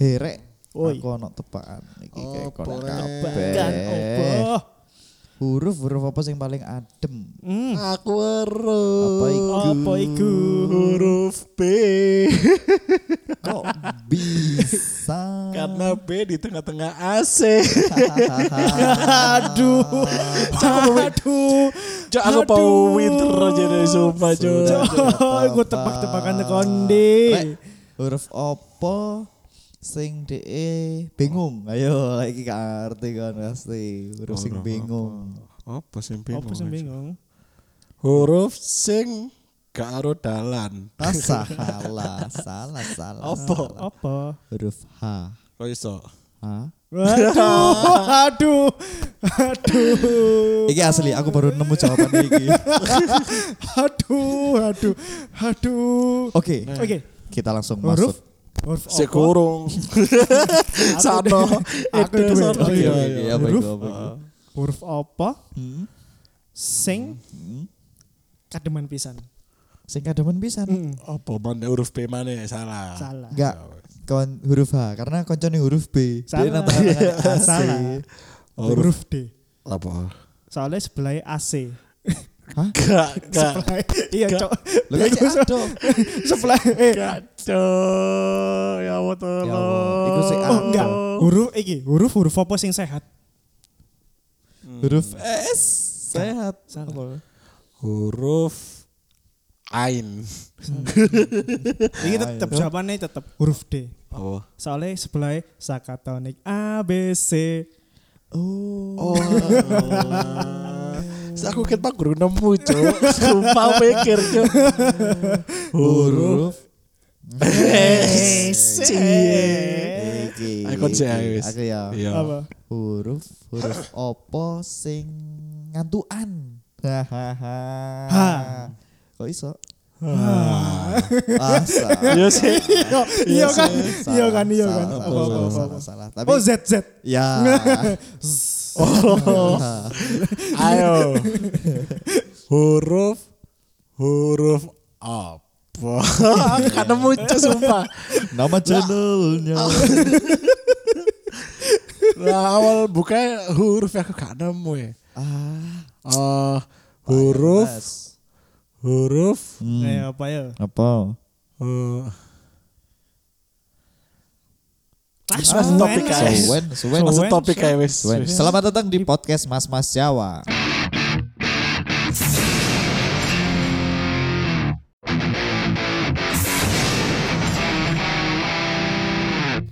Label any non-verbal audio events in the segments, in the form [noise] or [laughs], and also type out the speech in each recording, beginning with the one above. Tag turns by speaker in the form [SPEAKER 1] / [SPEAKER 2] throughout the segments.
[SPEAKER 1] herek
[SPEAKER 2] Woi.
[SPEAKER 1] aku ono tebakan iki kayak
[SPEAKER 2] Oh,
[SPEAKER 3] Opo,
[SPEAKER 1] kono
[SPEAKER 3] Rek?
[SPEAKER 1] kabeh.
[SPEAKER 2] Bahkan opo.
[SPEAKER 1] Huruf-huruf apa sing paling adem?
[SPEAKER 2] Hmm.
[SPEAKER 3] Aku huruf.
[SPEAKER 1] Apa iku?
[SPEAKER 2] Apa iku?
[SPEAKER 3] Huruf B.
[SPEAKER 2] [laughs]
[SPEAKER 1] Kok bisa?
[SPEAKER 3] Karena B di tengah-tengah AC.
[SPEAKER 2] Aduh.
[SPEAKER 3] [laughs]
[SPEAKER 2] Aduh.
[SPEAKER 3] Cok aku
[SPEAKER 2] Aduh.
[SPEAKER 3] mau winter aja dari sumpah cok.
[SPEAKER 1] Sudah.
[SPEAKER 2] Coy, gue tebak-tebakan kondi.
[SPEAKER 1] Rek, huruf apa sing DE bingung. Ayo iki gak ngerti kan pasti. Huruf sing
[SPEAKER 3] Huruf
[SPEAKER 1] bingung.
[SPEAKER 3] Apa sing
[SPEAKER 2] Apa sih bingung?
[SPEAKER 3] Huruf sing gak karo dalan.
[SPEAKER 1] Ah, salah, salah, salah. salah.
[SPEAKER 2] Apa?
[SPEAKER 1] Huruf H.
[SPEAKER 3] Kok iso?
[SPEAKER 1] H.
[SPEAKER 2] Aduh, [laughs] aduh, aduh,
[SPEAKER 1] Iki asli, aku baru nemu jawaban iki.
[SPEAKER 2] aduh, aduh, aduh.
[SPEAKER 1] Oke,
[SPEAKER 2] Oke,
[SPEAKER 1] kita langsung masuk.
[SPEAKER 2] huruf, huruf
[SPEAKER 3] Sik
[SPEAKER 2] apa? [laughs]
[SPEAKER 3] kurung. Sano.
[SPEAKER 2] Aku
[SPEAKER 3] Itu
[SPEAKER 2] duwe.
[SPEAKER 3] sano. Oh,
[SPEAKER 2] Oke,
[SPEAKER 3] Iya,
[SPEAKER 2] oke,
[SPEAKER 3] iya.
[SPEAKER 1] apa
[SPEAKER 2] Huruf.
[SPEAKER 1] itu, apa itu?
[SPEAKER 2] Huruf apa?
[SPEAKER 1] Hmm?
[SPEAKER 2] Sing
[SPEAKER 1] Hmm?
[SPEAKER 2] kademan pisan.
[SPEAKER 1] Sing kademen pisan.
[SPEAKER 2] Mm,
[SPEAKER 3] Apa mana huruf B mana ya? salah.
[SPEAKER 2] Salah.
[SPEAKER 1] Enggak.
[SPEAKER 3] Ya
[SPEAKER 1] Kon huruf H karena koncone huruf B.
[SPEAKER 2] Salah.
[SPEAKER 1] Dia nantang-nantangane AC.
[SPEAKER 2] [laughs] Salah.
[SPEAKER 3] Huruf
[SPEAKER 2] Huruf D.
[SPEAKER 3] apa?
[SPEAKER 2] Soalnya sebelah AC.
[SPEAKER 3] Gak, gak.
[SPEAKER 2] Sebelah. Iya,
[SPEAKER 3] Gak.
[SPEAKER 2] cok.
[SPEAKER 1] Lho kan cek ado.
[SPEAKER 2] Sebelah. Eh,
[SPEAKER 3] Kacau, ya Allah tolong.
[SPEAKER 1] Ya Allah, iku sik
[SPEAKER 2] oh, enggak. Huruf iki, huruf huruf apa sing sehat?
[SPEAKER 1] Huruf S sehat.
[SPEAKER 2] Salah.
[SPEAKER 1] Apa?
[SPEAKER 3] Huruf Ain.
[SPEAKER 2] Ini
[SPEAKER 1] Ayo.
[SPEAKER 2] tetap jawabannya tetap huruf D.
[SPEAKER 3] Apa?
[SPEAKER 2] Soalnya sebelah sakatonik ABC.
[SPEAKER 1] Oh.
[SPEAKER 3] Oh. Saya [laughs] aku kan guru nemu, Cuk. Sumpah mikir, Cuk.
[SPEAKER 1] Huruf
[SPEAKER 2] Oh. Eh.
[SPEAKER 3] S. Cie.
[SPEAKER 1] [laughs] Iki.
[SPEAKER 3] Aku cek,
[SPEAKER 1] iki.
[SPEAKER 3] wis.
[SPEAKER 1] Aku ya.
[SPEAKER 3] Iya.
[SPEAKER 2] Apa?
[SPEAKER 1] Huruf huruf opo sing ngantukan.
[SPEAKER 2] Ha.
[SPEAKER 1] Hahaha. [laughs] Kok iso?
[SPEAKER 3] Ah.
[SPEAKER 1] Ah,
[SPEAKER 2] [laughs]
[SPEAKER 1] salah.
[SPEAKER 3] Iya sih.
[SPEAKER 2] Iya, kan? iya
[SPEAKER 1] Salah,
[SPEAKER 2] kan, iya kan, iya
[SPEAKER 1] salah, salah,
[SPEAKER 2] kan. Apa, apa,
[SPEAKER 1] salah,
[SPEAKER 2] apa,
[SPEAKER 1] salah,
[SPEAKER 2] apa.
[SPEAKER 1] salah. Tapi
[SPEAKER 2] Oh Z Z. [laughs]
[SPEAKER 1] ya.
[SPEAKER 3] Oh.
[SPEAKER 1] Ha.
[SPEAKER 3] Ayo. Huruf huruf apa? [laughs] Kan nemu, Cuk, sumpah.
[SPEAKER 1] Nama
[SPEAKER 2] [laughs]
[SPEAKER 1] channelnya.
[SPEAKER 3] Lah awal buka huruf yang aku gak nemu ya.
[SPEAKER 1] Ah,
[SPEAKER 3] Eh, huruf
[SPEAKER 1] Mas.
[SPEAKER 3] huruf
[SPEAKER 2] Eh apa ya?
[SPEAKER 1] Apa?
[SPEAKER 3] eh,
[SPEAKER 2] Mas
[SPEAKER 3] Ah, topik aja. Guys.
[SPEAKER 1] Suwen, suwen,
[SPEAKER 2] Suwen.
[SPEAKER 3] langsung topik kayak wis.
[SPEAKER 1] suwen.
[SPEAKER 3] Wis.
[SPEAKER 1] Selamat datang di podcast Mas Mas Jawa.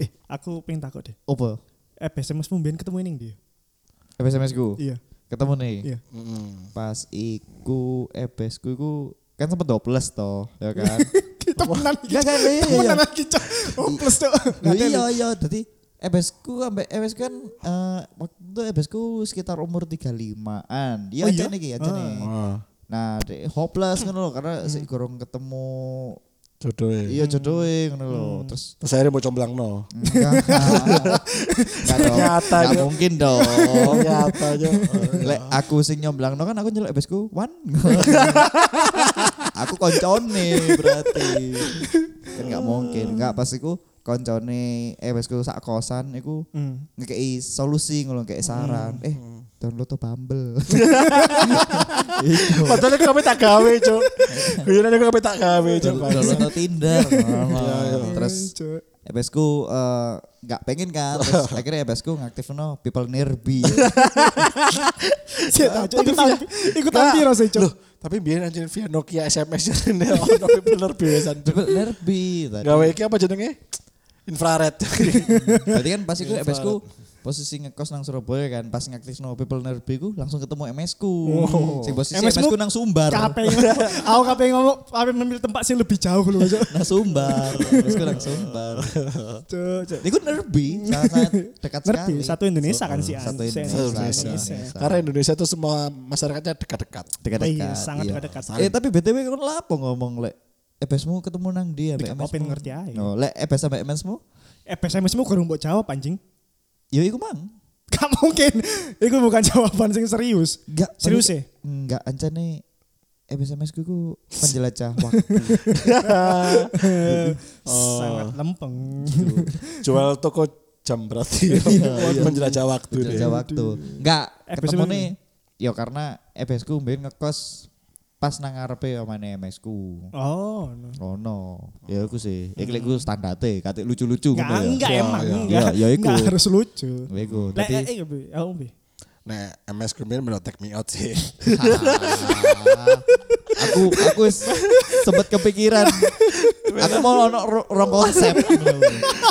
[SPEAKER 2] Eh, aku pengen takut deh.
[SPEAKER 1] Apa?
[SPEAKER 2] Eh, SMS mu mbiyen ketemu ya? ning dia.
[SPEAKER 1] SMS ku.
[SPEAKER 2] Iya.
[SPEAKER 1] Ketemu nih.
[SPEAKER 2] Iya.
[SPEAKER 3] Mm.
[SPEAKER 1] Pas iku EBS ku iku kan sempat doubles toh, ya
[SPEAKER 2] [laughs]
[SPEAKER 1] kan?
[SPEAKER 2] Kita temenan iki.
[SPEAKER 1] Iya kan? Iya iya,
[SPEAKER 2] Temenan
[SPEAKER 1] iya.
[SPEAKER 2] lagi, Cok. Oh, plus Cok.
[SPEAKER 1] Lho, Iya iya, dadi EBS ku ambek EBS kan eh, waktu itu EBS ku sekitar umur 35-an. Iya
[SPEAKER 2] Oh,
[SPEAKER 1] aja
[SPEAKER 2] iya?
[SPEAKER 1] nih, aja
[SPEAKER 2] Ah. Hmm.
[SPEAKER 1] nih.
[SPEAKER 3] Wah,
[SPEAKER 1] Nah, dek hopeless ngono lho karena sik gorong ketemu
[SPEAKER 3] jodoh ya.
[SPEAKER 1] iya jodohe ngono lho.
[SPEAKER 2] Hmm.
[SPEAKER 1] Terus
[SPEAKER 3] Terus akhirnya mau comblang no.
[SPEAKER 2] [laughs]
[SPEAKER 1] Enggak. Enggak dong.
[SPEAKER 3] [laughs] Nyata,
[SPEAKER 1] Enggak
[SPEAKER 3] Jo.
[SPEAKER 1] mungkin dong.
[SPEAKER 3] Nyata aja.
[SPEAKER 1] Lek aku sing nyomblang no kan aku nyelok besku wan. aku koncone berarti. Kan enggak mungkin. Enggak pas iku koncone eh besku sak kosan iku
[SPEAKER 2] Hmm.
[SPEAKER 1] ngekei solusi ngono ngekei saran.
[SPEAKER 3] Hmm.
[SPEAKER 1] Eh, download tuh
[SPEAKER 3] [laughs]
[SPEAKER 1] Bumble. Iku.
[SPEAKER 3] Padahal aku tak gawe, Cuk. Guyone aku sampe tak gawe, Cuk.
[SPEAKER 1] Download tuh Tinder. Nah,
[SPEAKER 3] Iya, iya.
[SPEAKER 1] Terus
[SPEAKER 2] Eh, Cok.
[SPEAKER 1] EBSku eh, nggak pengen kan
[SPEAKER 3] [laughs]
[SPEAKER 1] terus akhirnya EBSku ngaktifin no people nearby
[SPEAKER 2] Cek, tak, Cok. Ikutan ikutan
[SPEAKER 3] Kak.
[SPEAKER 2] piro sih, Cok?
[SPEAKER 3] Loh, tapi biar anjir via Nokia SMS jarene ono [laughs] bener biasan. Cuk.
[SPEAKER 1] people nearby tadi
[SPEAKER 3] Gawe iki apa jenenge? Infrared.
[SPEAKER 1] berarti kan pas
[SPEAKER 2] Iya,
[SPEAKER 1] iku EBSku posisi ngekos nang Surabaya kan pas ngaktifin no people nearby ku langsung ketemu MSku sing posisi
[SPEAKER 2] MS
[SPEAKER 1] MSku
[SPEAKER 2] ku
[SPEAKER 1] nang Sumbar
[SPEAKER 2] Kape ngomong, aku kape ngomong, kape memilih tempat sih lebih jauh loh, Cok.
[SPEAKER 1] [laughs] nang Sumbar MSku nang Sumbar
[SPEAKER 2] Cok, Cok.
[SPEAKER 1] iku nearby sangat dekat
[SPEAKER 2] Ngerti,
[SPEAKER 1] sekali Hmm,
[SPEAKER 2] satu Indonesia kan sih,
[SPEAKER 1] satu
[SPEAKER 2] An.
[SPEAKER 1] Indonesia, Iya,
[SPEAKER 2] Satu
[SPEAKER 3] Indonesia.
[SPEAKER 2] Indonesia.
[SPEAKER 3] [laughs] Karena Indonesia itu semua masyarakatnya [laughs] dekat-dekat.
[SPEAKER 1] dekat-dekat
[SPEAKER 2] Iya, sangat
[SPEAKER 1] iya.
[SPEAKER 2] dekat-dekat.
[SPEAKER 1] eh tapi BTW kan lapo ngomong lek EBSmu ketemu nang dia
[SPEAKER 2] Dikepopin ngerti ae.
[SPEAKER 1] Oh, lek EBS sama MSmu
[SPEAKER 2] Eh, SMS mu kurang buat jawab anjing. [laughs]
[SPEAKER 1] Ya iku mang.
[SPEAKER 2] Gak [laughs] mungkin. Itu bukan jawaban sing serius.
[SPEAKER 1] Enggak.
[SPEAKER 2] Serius ya?
[SPEAKER 1] Enggak ancane SMS ku ku penjelajah waktu.
[SPEAKER 2] Sangat lempeng.
[SPEAKER 3] Jual toko jam berarti. ya, Iya, Menjelajah waktu deh.
[SPEAKER 1] Penjelajah waktu. Enggak,
[SPEAKER 2] FBS
[SPEAKER 1] ketemu
[SPEAKER 2] mana?
[SPEAKER 1] nih. Ya karena FBS ku mbien ngekos pas nang ngarepe omane MS ku.
[SPEAKER 2] Oh, no.
[SPEAKER 1] Oh no, ya aku sih, ya lek gue standarte, kate lucu-lucu
[SPEAKER 2] Enggak,
[SPEAKER 1] ngono
[SPEAKER 2] enggak
[SPEAKER 3] Ya,
[SPEAKER 2] emang.
[SPEAKER 3] ya.
[SPEAKER 2] Enggak,
[SPEAKER 1] Ya, ya iku.
[SPEAKER 2] Enggak harus lucu.
[SPEAKER 1] Ya iku,
[SPEAKER 2] Lek,
[SPEAKER 1] tapi
[SPEAKER 2] eh, eh, Bi. Aku, Bi.
[SPEAKER 3] Nah, MS Krimin belum take me out sih. [laughs]
[SPEAKER 1] Ah, aku aku wis sempet kepikiran. aku mau ono ro- rong konsep.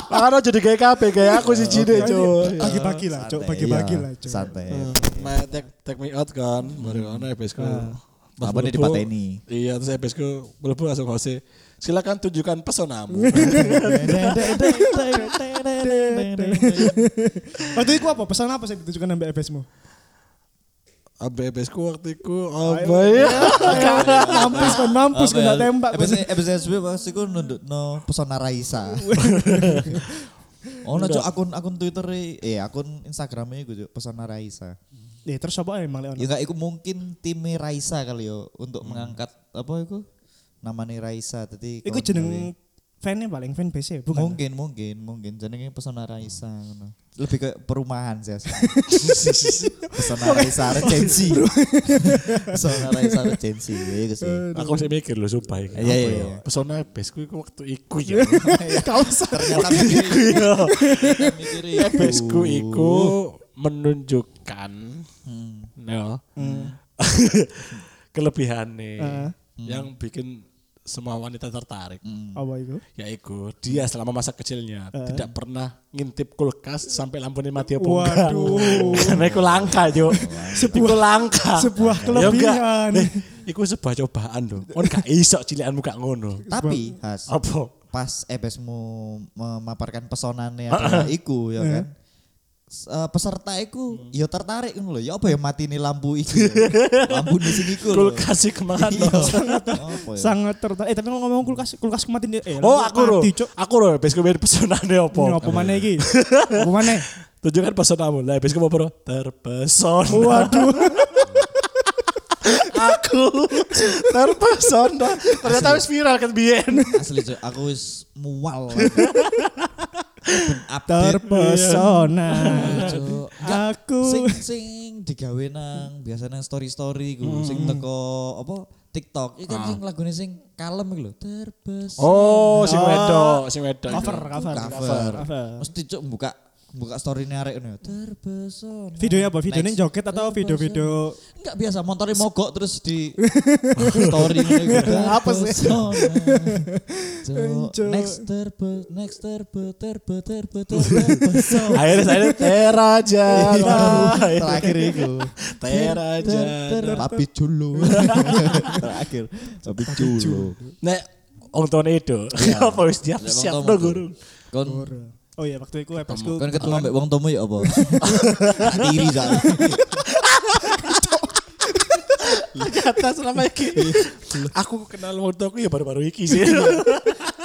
[SPEAKER 3] Makanya jadi kayak KB, kayak aku sih cine cuy.
[SPEAKER 2] Pagi-pagi lah, Cok. Pagi-pagi lah, Cok.
[SPEAKER 1] iya. Santai.
[SPEAKER 3] Nah, take, take me out kan, baru ono FPS ku. Pas
[SPEAKER 1] Apa nih
[SPEAKER 3] melebu-
[SPEAKER 1] dipateni?
[SPEAKER 3] Iya, terus FPS ku melebu langsung Jose. Silakan tunjukkan [laughs] pesonamu.
[SPEAKER 2] Waktu itu apa? Pesan apa sih ditujukan sampai FBS-mu?
[SPEAKER 3] Ambil FPS ku waktu itu, oh boy.
[SPEAKER 2] mampus kan, mampus kan nggak tembak. kan.
[SPEAKER 1] ya? Episode episode sebelum pasti ku nunduk no pesona Raisa. Oh, no, Cuk, akun akun Twitter eh akun Instagramnya gue pesona Raisa.
[SPEAKER 2] Eh terus apa emang Leon?
[SPEAKER 1] Ya enggak iku mungkin tim Raisa kali yo untuk
[SPEAKER 2] Hmm.
[SPEAKER 1] mengangkat apa iku namanya Raisa tadi
[SPEAKER 3] Oh,
[SPEAKER 2] Iku
[SPEAKER 3] iya.
[SPEAKER 2] jeneng fan-nya paling fan base bukan?
[SPEAKER 1] mungkin mungkin mungkin jenenge pesona Raisa ngono. lebih ke perumahan sih
[SPEAKER 2] [laughs]
[SPEAKER 1] asli. pesona Raisa regensi pesona Raisa regensi ya iku sih
[SPEAKER 3] Aku masih mikir loh, sumpah. ini
[SPEAKER 1] Iya,
[SPEAKER 3] apa
[SPEAKER 1] iya,
[SPEAKER 3] ya?
[SPEAKER 1] iya.
[SPEAKER 3] Pesona FPS ku itu waktu iku
[SPEAKER 1] [laughs]
[SPEAKER 3] ya.
[SPEAKER 2] Kau sadar.
[SPEAKER 1] ternyata mikir ternyata mikir iku.
[SPEAKER 3] FPS
[SPEAKER 1] Uh.
[SPEAKER 3] ku itu menunjukkan,
[SPEAKER 1] Hmm.
[SPEAKER 3] no, [laughs] kelebihannya
[SPEAKER 1] Uh. Hmm.
[SPEAKER 2] Heeh.
[SPEAKER 3] yang bikin semua wanita tertarik.
[SPEAKER 2] Apa itu?
[SPEAKER 3] Oh, yaitu dia selama masa kecilnya
[SPEAKER 1] Uh.
[SPEAKER 3] tidak pernah ngintip kulkas sampai lampunya mati apa enggak. [laughs]
[SPEAKER 2] Waduh.
[SPEAKER 3] Karena itu langka,
[SPEAKER 1] [laughs]
[SPEAKER 3] Jo. Iku langka.
[SPEAKER 2] sebuah
[SPEAKER 3] Ya enggak.
[SPEAKER 2] kelebihan.
[SPEAKER 3] Eh, iku sebuah cobaan dong. Kon gak iso cilianmu gak ngono.
[SPEAKER 1] tapi Has
[SPEAKER 2] Oh.
[SPEAKER 3] Apa?
[SPEAKER 1] pas EBSmu memaparkan pesonannya adalah
[SPEAKER 2] Ah,
[SPEAKER 1] iku ya
[SPEAKER 2] Eh.
[SPEAKER 1] kan S- eh, peserta
[SPEAKER 2] Hmm.
[SPEAKER 1] iku ya tertarik ngono lho ya apa ya mati nih lampu iki
[SPEAKER 2] [laughs]
[SPEAKER 1] lampu di sini iku lho
[SPEAKER 3] Kulkas iku mangan
[SPEAKER 1] Iya.
[SPEAKER 3] dong.
[SPEAKER 1] Apa ya?
[SPEAKER 2] Sangat tertarik. Eh tapi ngomong kulkas, kulkas mati nih. Eh,
[SPEAKER 3] iya. Oh,
[SPEAKER 2] lampu
[SPEAKER 3] aku ro.
[SPEAKER 2] mati, Cok.
[SPEAKER 3] Aku ro besok biar pesonane
[SPEAKER 2] Ini
[SPEAKER 3] Iya, apa?
[SPEAKER 2] apa mana
[SPEAKER 3] [laughs]
[SPEAKER 2] iki? Apa mana?
[SPEAKER 3] Tunjukkan pesonamu. Lah besok apa ro? Terpesona.
[SPEAKER 2] Waduh.
[SPEAKER 3] [laughs] Aku terpesona. Ternyata wis viral kan biyen.
[SPEAKER 1] Asli cuy, aku wis mual.
[SPEAKER 2] [laughs]
[SPEAKER 1] Update
[SPEAKER 2] Terpesona.
[SPEAKER 1] Cuk.
[SPEAKER 2] Aku.
[SPEAKER 1] sing sing digawe nang biasa nang story-story ku
[SPEAKER 2] Hmm.
[SPEAKER 1] sing teko apa TikTok. Iki kan
[SPEAKER 2] Ah.
[SPEAKER 1] sing lagune sing kalem iku lho, terbes.
[SPEAKER 3] Oh, sing wedok, sing wedok.
[SPEAKER 2] Cover, cover,
[SPEAKER 1] cover.
[SPEAKER 2] cover.
[SPEAKER 1] Mesti cuk buka buka story ini arek ngono. Terbesona.
[SPEAKER 2] Videonya apa?
[SPEAKER 1] Next.
[SPEAKER 2] Videonya joget atau video-video
[SPEAKER 1] Enggak biasa motornya mogok terus di [laughs] story gitu.
[SPEAKER 2] Apa sih? Cuk.
[SPEAKER 1] Next terbe, next terbe, terbe, terbe, terbe,
[SPEAKER 3] Akhirnya saya teraja.
[SPEAKER 1] Terakhir itu.
[SPEAKER 3] Teraja.
[SPEAKER 1] Tapi julu. Terakhir. Tapi julu.
[SPEAKER 3] Nek wong tuane itu. [laughs] Apa wis dia siap no guru.
[SPEAKER 1] Kon
[SPEAKER 2] Oh iya waktu itu FBS-ku
[SPEAKER 1] kon ketemu ambek wong tomu ya apa? Tiri sak.
[SPEAKER 3] Ternyata selama iki aku kenal wong tuaku ya baru-baru iki sih.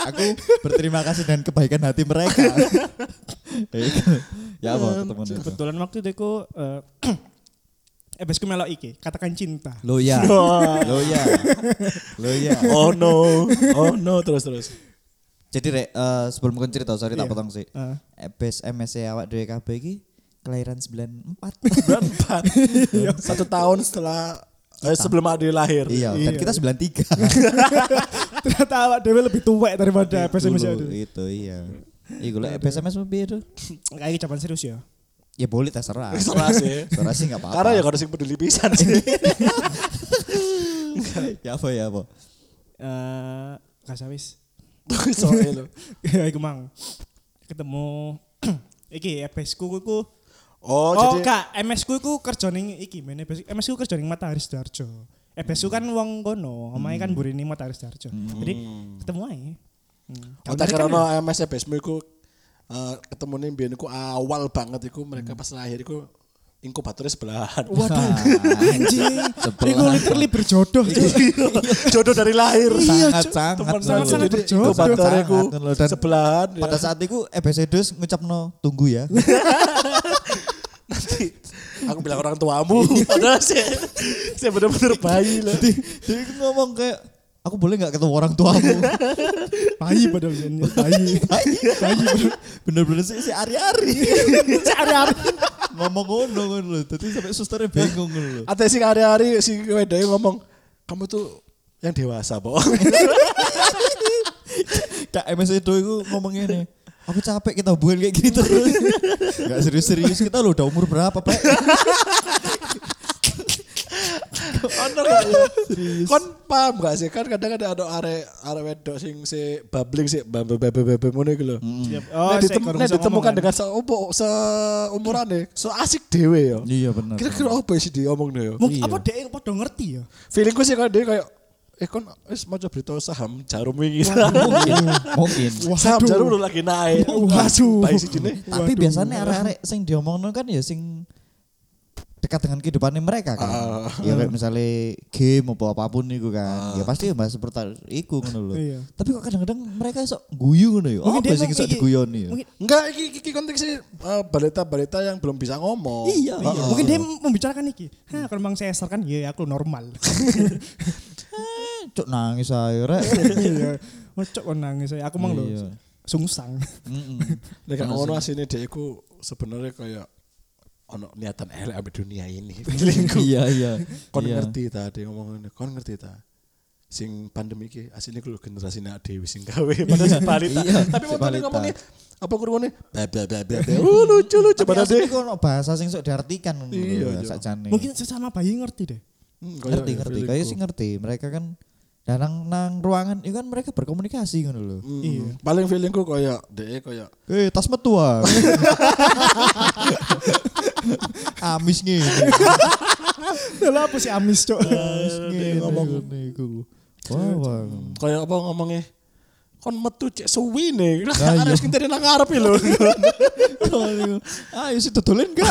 [SPEAKER 1] Aku berterima kasih dengan kebaikan hati [laughs] mereka. ya apa ketemu itu?
[SPEAKER 2] kebetulan waktu itu aku eh, [clears throat] FBS-ku melok iki, katakan cinta.
[SPEAKER 1] Lo ya.
[SPEAKER 3] Wah.
[SPEAKER 1] Lo ya. Lo [laughs] ya.
[SPEAKER 3] [laughs] Oh no. Oh no terus terus.
[SPEAKER 1] Jadi rek eh, sebelum kon cerita sorry tak
[SPEAKER 2] Iya.
[SPEAKER 1] potong sih.
[SPEAKER 2] Eh, [laughs]
[SPEAKER 1] Base MSC awak dhewe kabeh iki kelahiran 94.
[SPEAKER 3] Bulan empat.
[SPEAKER 2] Iya.
[SPEAKER 3] Satu tahun setelah eh, sebelum Ade lahir.
[SPEAKER 1] iya, dan
[SPEAKER 2] Iya.
[SPEAKER 1] kita [laughs] 93.
[SPEAKER 2] Ternyata awak dewe lebih tua daripada FBS
[SPEAKER 1] Dulu,
[SPEAKER 2] Indonesia dulu.
[SPEAKER 1] Itu iya. Iku lek SMS mau piye tuh?
[SPEAKER 2] Kayak iki jawaban serius ya.
[SPEAKER 1] Ya boleh terserah.
[SPEAKER 3] Setelah sih.
[SPEAKER 1] Terserah sih enggak apa-apa.
[SPEAKER 3] Karena ya kalau sing peduli pisan sih.
[SPEAKER 1] [laughs] ya apa ya apa.
[SPEAKER 2] Eh, gak sawis.
[SPEAKER 3] Soalnya lo.
[SPEAKER 2] [laughs] Ya iku mang. Ketemu [clears throat] iki FBS-ku ku
[SPEAKER 3] Oh,
[SPEAKER 2] Oh,
[SPEAKER 3] jadi
[SPEAKER 2] kak, MS ku iku kerja ning iki, men FBS MS ku kerja ning Matahari Sidoarjo. FBS ku kan wong kono, omahe kan burine Matahari Sidoarjo. Jadi ketemu ae. Hmm.
[SPEAKER 3] Oh,
[SPEAKER 2] Kabar
[SPEAKER 3] tadi
[SPEAKER 2] kan-
[SPEAKER 3] karena MS EBSMU iku eh, ketemu nih biyen iku awal banget iku mereka
[SPEAKER 1] Hmm.
[SPEAKER 3] pas lahir iku inkubatornya sebelahan.
[SPEAKER 1] [laughs]
[SPEAKER 2] Waduh, anjing.
[SPEAKER 1] Sebelah.
[SPEAKER 2] Iku literally berjodoh. cuy.
[SPEAKER 3] [laughs] Jodoh dari lahir.
[SPEAKER 2] Iya,
[SPEAKER 1] Sangat
[SPEAKER 3] Teman
[SPEAKER 1] sangat
[SPEAKER 2] sangat- sangat
[SPEAKER 3] Jadi
[SPEAKER 2] berjodoh.
[SPEAKER 3] inkubatornya iku
[SPEAKER 1] Sangat, lho, dan
[SPEAKER 3] sebelahan. ya.
[SPEAKER 1] Pada eh, saat itu EBC Dus ngucapno tunggu ya.
[SPEAKER 3] nanti [laughs]
[SPEAKER 1] [laughs]
[SPEAKER 3] Aku bilang orang tuamu.
[SPEAKER 1] Iya.
[SPEAKER 3] Padahal saya, saya bener-bener bayi lah.
[SPEAKER 1] Dia, dia itu ngomong kayak aku boleh nggak ketemu orang [laughs] tuamu?
[SPEAKER 2] Bayi [laughs] padahal Jen, bayi.
[SPEAKER 1] gitu. Bener-bener sih si ari-ari
[SPEAKER 2] Sehari-hari.
[SPEAKER 1] ngomong ngono ngono lho. Tadi sampai susternya bingung ngono lho.
[SPEAKER 3] Ada sih hari-hari si wedoknya ngomong, kamu tuh yang dewasa, Bo.
[SPEAKER 1] Kak MS Edo itu ngomongnya nih. Aku capek kita hubungan kayak [laughs] gini terus. Gak serius-serius kita lo udah umur berapa, Pak?
[SPEAKER 3] Ono gak ya? Kon paham gak sih? Kan kadang ada ada are are wedok sing si babbling sih bambe bambe bambe ngono iku lho.
[SPEAKER 2] Oh,
[SPEAKER 3] Nek
[SPEAKER 2] saya
[SPEAKER 3] ditem-
[SPEAKER 2] kurang
[SPEAKER 3] nek
[SPEAKER 2] bisa
[SPEAKER 3] Nah, ditemukan
[SPEAKER 2] ngomong, kan.
[SPEAKER 3] dengan seumur seumurane, so asik dhewe ya.
[SPEAKER 1] Iya benar.
[SPEAKER 3] Kira-kira apa sih diomongno ya?
[SPEAKER 2] kan. Mungkin apa dia yang podo ngerti ya?
[SPEAKER 3] Feelingku sih kalau dia kayak eh kon wis maca berita saham jarum wingi.
[SPEAKER 1] Mungkin, mungkin.
[SPEAKER 3] saham jarum lu lagi naik.
[SPEAKER 2] Waduh.
[SPEAKER 3] Baik sih jene.
[SPEAKER 1] Tapi
[SPEAKER 2] Waduh.
[SPEAKER 1] biasanya arek-arek sing diomongno kan ya sing dekat dengan kehidupannya mereka kan.
[SPEAKER 3] Ah.
[SPEAKER 1] ya kayak misalnya game apa apapun itu kan. Ya pasti bahas seperti itu ngono lho.
[SPEAKER 2] Iya.
[SPEAKER 1] Tapi kok kadang-kadang mereka sok guyu ngono ya.
[SPEAKER 2] Mungkin
[SPEAKER 1] Apa
[SPEAKER 2] dia
[SPEAKER 1] sih
[SPEAKER 2] emang
[SPEAKER 1] sok
[SPEAKER 2] iki-
[SPEAKER 1] diguyoni ya?
[SPEAKER 2] Mungkin
[SPEAKER 3] Enggak, iki iki konteksnya eh, berita-berita yang belum bisa ngomong.
[SPEAKER 2] Iya,
[SPEAKER 3] Ah, ah.
[SPEAKER 2] mungkin dia membicarakan iki. Hah, kalau Bang Caesar kan ya aku normal.
[SPEAKER 1] Eh, Cuk nangis ae
[SPEAKER 2] [laughs]
[SPEAKER 1] rek.
[SPEAKER 2] Iya. Ngocok kok nangis saya. Aku mang lho
[SPEAKER 1] Iya.
[SPEAKER 2] sungsang.
[SPEAKER 1] Mm-mm.
[SPEAKER 3] Nek gak ngono asine dia iku sebenarnya kayak ono niatan elek ambil dunia ini.
[SPEAKER 1] [laughs]
[SPEAKER 3] Feelingku.
[SPEAKER 1] Iya iya.
[SPEAKER 3] Kon
[SPEAKER 1] Iya.
[SPEAKER 3] ngerti ta dia ngomong ngene, kon ngerti ta. Sing pandemi iki asline kulo generasi nak dhewe sing gawe padahal si balita.
[SPEAKER 1] Iya,
[SPEAKER 3] Tapi
[SPEAKER 1] si
[SPEAKER 3] wong
[SPEAKER 1] balita.
[SPEAKER 3] ngomongnya apa kurungane bla bla bla bla.
[SPEAKER 1] [laughs]
[SPEAKER 3] bla. Uh, lucu
[SPEAKER 1] Tapi
[SPEAKER 3] lucu padahal
[SPEAKER 1] asli
[SPEAKER 3] dia
[SPEAKER 1] kok ono bahasa sing sok diartikan ngono
[SPEAKER 3] Iya,
[SPEAKER 1] lho ya,
[SPEAKER 3] iya.
[SPEAKER 1] sakjane.
[SPEAKER 2] Mungkin sesama bayi ngerti deh.
[SPEAKER 3] Hmm,
[SPEAKER 1] ngerti
[SPEAKER 3] kayak- kayak
[SPEAKER 1] ngerti
[SPEAKER 3] feelingku.
[SPEAKER 1] kayak sih ngerti mereka kan nah, nang nang ruangan itu kan mereka berkomunikasi ngono lho.
[SPEAKER 3] Hmm, Paling feelingku kayak dia kayak
[SPEAKER 1] Eh, tas metu [laughs] ah. Amis ngene.
[SPEAKER 2] Lah apa sih amis, Cok?
[SPEAKER 1] Amis ngene ngomong niku. Wah, wah.
[SPEAKER 3] kayak apa ngomongnya kon metu cek suwi
[SPEAKER 2] Ah,
[SPEAKER 3] nih kan
[SPEAKER 1] Lah, iya.
[SPEAKER 3] harus kita nang ngarep
[SPEAKER 2] [laughs]
[SPEAKER 3] lho
[SPEAKER 2] Iya,
[SPEAKER 1] Ah, yo situ dolen gak?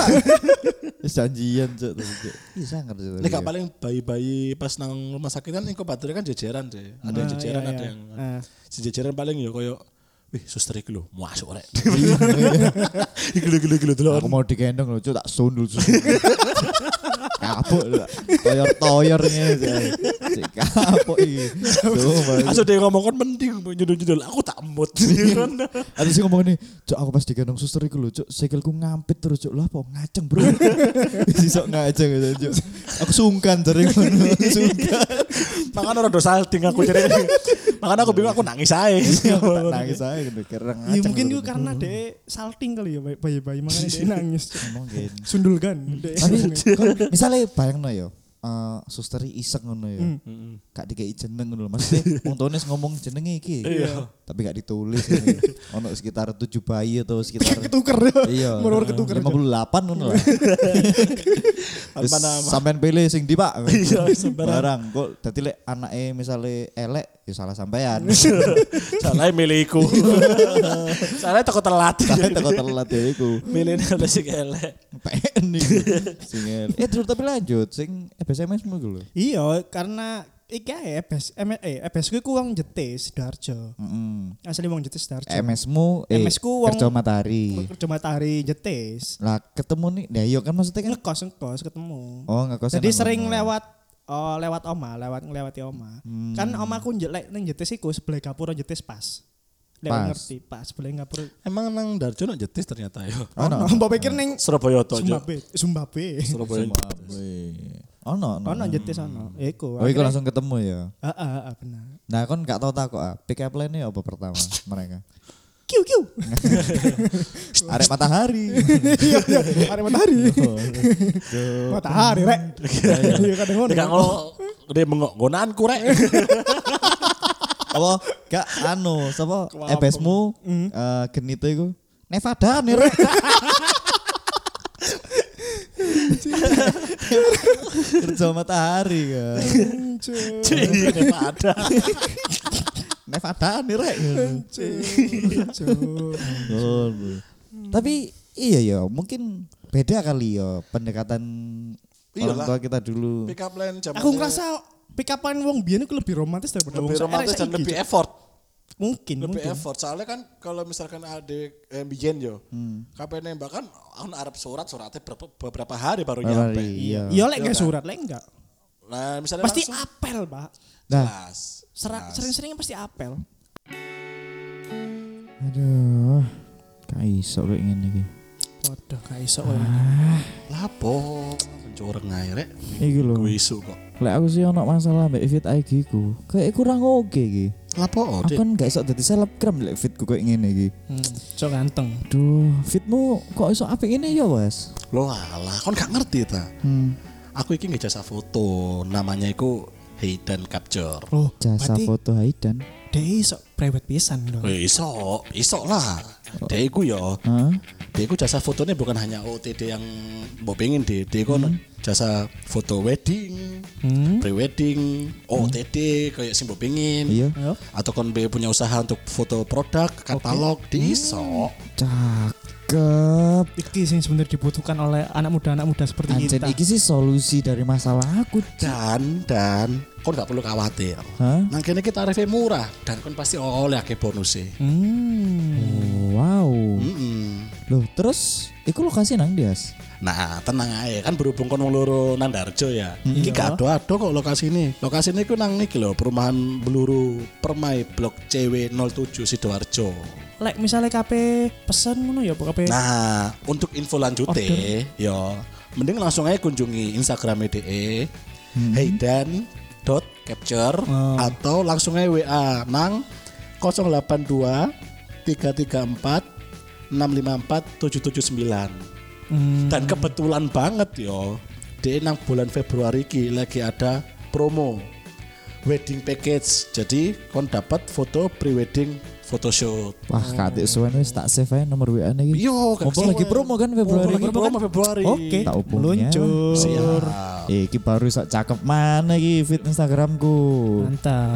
[SPEAKER 1] [laughs] Wis janjian cuk tadi, Cuk. Ih, sangar cuk.
[SPEAKER 2] iya.
[SPEAKER 3] Nek gak paling bayi-bayi pas nang rumah sakit kan inkubatornya kan jejeran deh. Ada yang
[SPEAKER 2] Ah,
[SPEAKER 3] jejeran,
[SPEAKER 2] iya,
[SPEAKER 3] ada
[SPEAKER 2] iya.
[SPEAKER 3] yang
[SPEAKER 2] Ah.
[SPEAKER 3] si jejeran paling ya koyo wih suster iki lho masuk
[SPEAKER 2] [laughs]
[SPEAKER 3] rek. Iki lho iki lho iki lho delok.
[SPEAKER 1] Aku mau digendong lho, cuk tak sundul sundul. Kapok lho. Toyor-toyor ngene. Cek kapok iki. Cuk,
[SPEAKER 3] Asal dia ngomong kon mending nyundul-nyundul aku tak mut. [laughs] Iya
[SPEAKER 1] Ada sih ngomong ini, cok aku pas digendong suster iku lho, cok sikilku ngampit terus cok lah po ngaceng bro. [laughs] Sisok ngaceng gitu cok. Aku sungkan dari ngono, sungkan.
[SPEAKER 3] Makanya rada salting aku jadi.
[SPEAKER 2] [laughs]
[SPEAKER 3] Makanya aku bingung aku nangis ae.
[SPEAKER 1] Tak nangis aja gitu, karena ngaceng.
[SPEAKER 2] Iya, Ya mungkin
[SPEAKER 1] bro.
[SPEAKER 2] itu karena
[SPEAKER 3] Hmm.
[SPEAKER 2] dia salting kali ya bayi- bayi-bayi makanya
[SPEAKER 3] [laughs] Iya.
[SPEAKER 2] dia nangis. Cok. [laughs]
[SPEAKER 1] mungkin.
[SPEAKER 2] Sundul kan.
[SPEAKER 3] Hmm.
[SPEAKER 2] Dek.
[SPEAKER 1] Tapi
[SPEAKER 2] [laughs]
[SPEAKER 1] kan, misalnya bayangno ya, eh suster iseng ngono ya.
[SPEAKER 2] Hmm.
[SPEAKER 1] Gak dikei jeneng ngono lho. Maksudnya wong tuane ngomong jenenge iki.
[SPEAKER 3] Iya.
[SPEAKER 1] Tapi gak ditulis. ini. Ono sekitar 7 bayi atau sekitar
[SPEAKER 2] ketuker.
[SPEAKER 1] Iya.
[SPEAKER 2] Menurut ketuker. Cok.
[SPEAKER 1] 58 ngono lah. Wis
[SPEAKER 3] Tanpa
[SPEAKER 2] [laughs]
[SPEAKER 3] nama.
[SPEAKER 1] sampean pilih sing di Pak.
[SPEAKER 3] Iya, sembarang.
[SPEAKER 1] Barang kok dadi lek anake misale elek ya salah sampean.
[SPEAKER 3] [laughs] Salahnya
[SPEAKER 2] [laughs]
[SPEAKER 3] milikku. Salahnya takut telat.
[SPEAKER 1] Tapi teko telat ya iku.
[SPEAKER 3] Milihnya oleh si elek.
[SPEAKER 1] PN iku. Sing elek. Eh terus tapi lanjut sing SMS mu iku lho.
[SPEAKER 2] Iya, karena iki ae EBS M- eh EBS ku wong jetis Sidoarjo.
[SPEAKER 3] Hmm.
[SPEAKER 1] Mm.
[SPEAKER 2] Asli wong jetis Sidoarjo.
[SPEAKER 1] MS mu eh
[SPEAKER 2] MS ku wong-
[SPEAKER 1] kerja matahari.
[SPEAKER 2] Kerja matahari jetis.
[SPEAKER 1] Lah ketemu nih. Nah iya kan maksudnya kan
[SPEAKER 2] Ngekos ngekos ketemu.
[SPEAKER 1] Oh, enggak kos.
[SPEAKER 2] Jadi sering lewat oh, lewat oma, lewat ngelewati oma. Kan omaku jelek ning jetis iku sebelah gapura jetis pas. Lek
[SPEAKER 1] Pas.
[SPEAKER 2] ngerti pas sebelah gapura.
[SPEAKER 3] Emang nang Darjo nak jetis ternyata ya.
[SPEAKER 1] Oh, no.
[SPEAKER 2] Mbok pikir ning
[SPEAKER 3] Surabaya to aja.
[SPEAKER 2] Sumbabe, Sumbabe.
[SPEAKER 3] Surabaya.
[SPEAKER 1] Oh no, no.
[SPEAKER 2] Ono jetis ono. Ya
[SPEAKER 1] Oh,
[SPEAKER 2] Iku.
[SPEAKER 1] iku
[SPEAKER 2] akhirnya-
[SPEAKER 1] langsung ketemu ya.
[SPEAKER 2] Ah, ah, ah, benar.
[SPEAKER 1] Nah, kon gak tau tak kok. ah. Pick up line-nya apa pertama mereka?
[SPEAKER 2] Kiu [laughs] kiu.
[SPEAKER 1] Arek matahari.
[SPEAKER 2] Iya iya, hari matahari. [laughs] Matahari rek. Oh, [laughs] Iya kadang ngono.
[SPEAKER 3] Nek ngono dia mengok gonaanku [laughs] rek.
[SPEAKER 1] apa gak anu sapa ebesmu
[SPEAKER 3] Mm-hmm.
[SPEAKER 1] eh, genite iku Nevada nih rek. kerja matahari kan
[SPEAKER 2] Cuk,
[SPEAKER 3] Cih, nggak ada.
[SPEAKER 1] Nevada nih rek
[SPEAKER 2] cuk, cuk.
[SPEAKER 1] Oh, bu. tapi iya ya mungkin beda kali ya pendekatan orang
[SPEAKER 3] Iyalah.
[SPEAKER 1] tua kita dulu
[SPEAKER 3] Pick up line jam
[SPEAKER 2] Aku ngerasa pick up line wong biyen iku lebih romantis daripada wong
[SPEAKER 3] lebih
[SPEAKER 2] saiki.
[SPEAKER 3] romantis dan
[SPEAKER 2] Saiki,
[SPEAKER 3] lebih
[SPEAKER 2] Cuk.
[SPEAKER 3] effort.
[SPEAKER 2] Mungkin,
[SPEAKER 3] lebih
[SPEAKER 2] mungkin.
[SPEAKER 3] effort soalnya kan kalau misalkan ada eh, biyen yo kapan nembak kan on Arab surat suratnya berapa- beberapa hari baru nyampe
[SPEAKER 1] Iya.
[SPEAKER 2] Iya lek nggak surat, lek enggak.
[SPEAKER 3] nah misalnya
[SPEAKER 2] Pasti
[SPEAKER 3] langsung,
[SPEAKER 2] apel, Pak.
[SPEAKER 1] Nah,
[SPEAKER 3] jelas.
[SPEAKER 2] Sera- Sering-sering pasti apel.
[SPEAKER 1] aduh. Kaiso kayak ngene iki.
[SPEAKER 2] Waduh, gak iso
[SPEAKER 3] lapo mencoreng ae rek
[SPEAKER 1] Iki lho.
[SPEAKER 3] gue isu kok
[SPEAKER 1] Lek aku sih ono masalah mbek fit IG ku. Kayak kurang oke iki.
[SPEAKER 3] lapo
[SPEAKER 1] Aku kan gak iso dadi selebgram lek fitku kayak ngene iki.
[SPEAKER 2] Hmm, cok ganteng.
[SPEAKER 1] Aduh, fitmu kok iso apik ngene ya, Wes?
[SPEAKER 3] lo alah kon gak ngerti ta
[SPEAKER 1] Hmm.
[SPEAKER 3] aku iki nggak jasa foto namanya iku hidden capture
[SPEAKER 2] Oh,
[SPEAKER 1] Jasa
[SPEAKER 2] berarti
[SPEAKER 1] foto Haidan.
[SPEAKER 2] dia iso private pisan dong.
[SPEAKER 3] Wih, Eh, iso, iso lah. Dia iku yo,
[SPEAKER 1] Hah?
[SPEAKER 3] dia iku jasa fotonya bukan hanya OTD yang mau pengen deh. Dia iku
[SPEAKER 1] Hmm.
[SPEAKER 3] ono jasa foto wedding,
[SPEAKER 2] Hmm.
[SPEAKER 3] pre-wedding, OTD kayak sih mau pengen.
[SPEAKER 1] Hmm. Iya.
[SPEAKER 2] Ayo.
[SPEAKER 3] Atau kon be punya usaha untuk foto produk, katalog, dia
[SPEAKER 1] Hmm.
[SPEAKER 3] iso.
[SPEAKER 1] Cakep.
[SPEAKER 2] Iki sing sebenarnya dibutuhkan oleh anak muda-anak muda seperti
[SPEAKER 1] Anjen
[SPEAKER 2] kita.
[SPEAKER 1] iki sih solusi dari masalah aku. Cak.
[SPEAKER 3] Dan dan kon gak perlu khawatir.
[SPEAKER 1] Hah?
[SPEAKER 3] Nah kini kita tarifnya murah dan kon pasti oleh akeh bonusnya.
[SPEAKER 2] Hmm.
[SPEAKER 1] Wow.
[SPEAKER 3] Mm-mm.
[SPEAKER 1] Loh, terus iku lokasi nang Dias?
[SPEAKER 3] Nah, tenang aja kan berhubung kon wong loro Nandarjo ya. Iki gak ado-ado kok lokasi ini. Lokasi ini ku nang iki lho, perumahan Bluru Permai Blok CW 07 Sidoarjo.
[SPEAKER 2] Lek misalnya KP pesan ngono ya, Pak, KP.
[SPEAKER 3] Nah, untuk info lanjutnya ya mending langsung aja kunjungi Instagram e DE Heidan dot capture atau langsung aja WA nang 082 334 654 779.
[SPEAKER 2] Hmm.
[SPEAKER 3] Dan kebetulan banget yo, di nang bulan Februari ki lagi ada promo wedding package. Jadi kon dapat foto pre-wedding photoshoot.
[SPEAKER 1] Wah, katik suwen wis tak save aja nomor WA ini.
[SPEAKER 3] Yo,
[SPEAKER 1] Iya,
[SPEAKER 3] gak
[SPEAKER 1] Mumpung lagi
[SPEAKER 3] sesuai.
[SPEAKER 1] promo kan Februari
[SPEAKER 3] Mumpung lagi
[SPEAKER 1] ini.
[SPEAKER 3] promo Februari.
[SPEAKER 2] Oke, ya.
[SPEAKER 1] Tak hubungi
[SPEAKER 2] meluncur.
[SPEAKER 3] Siap.
[SPEAKER 1] Eh, iki baru sak cakep mana iki fit Instagramku.
[SPEAKER 2] Mantap.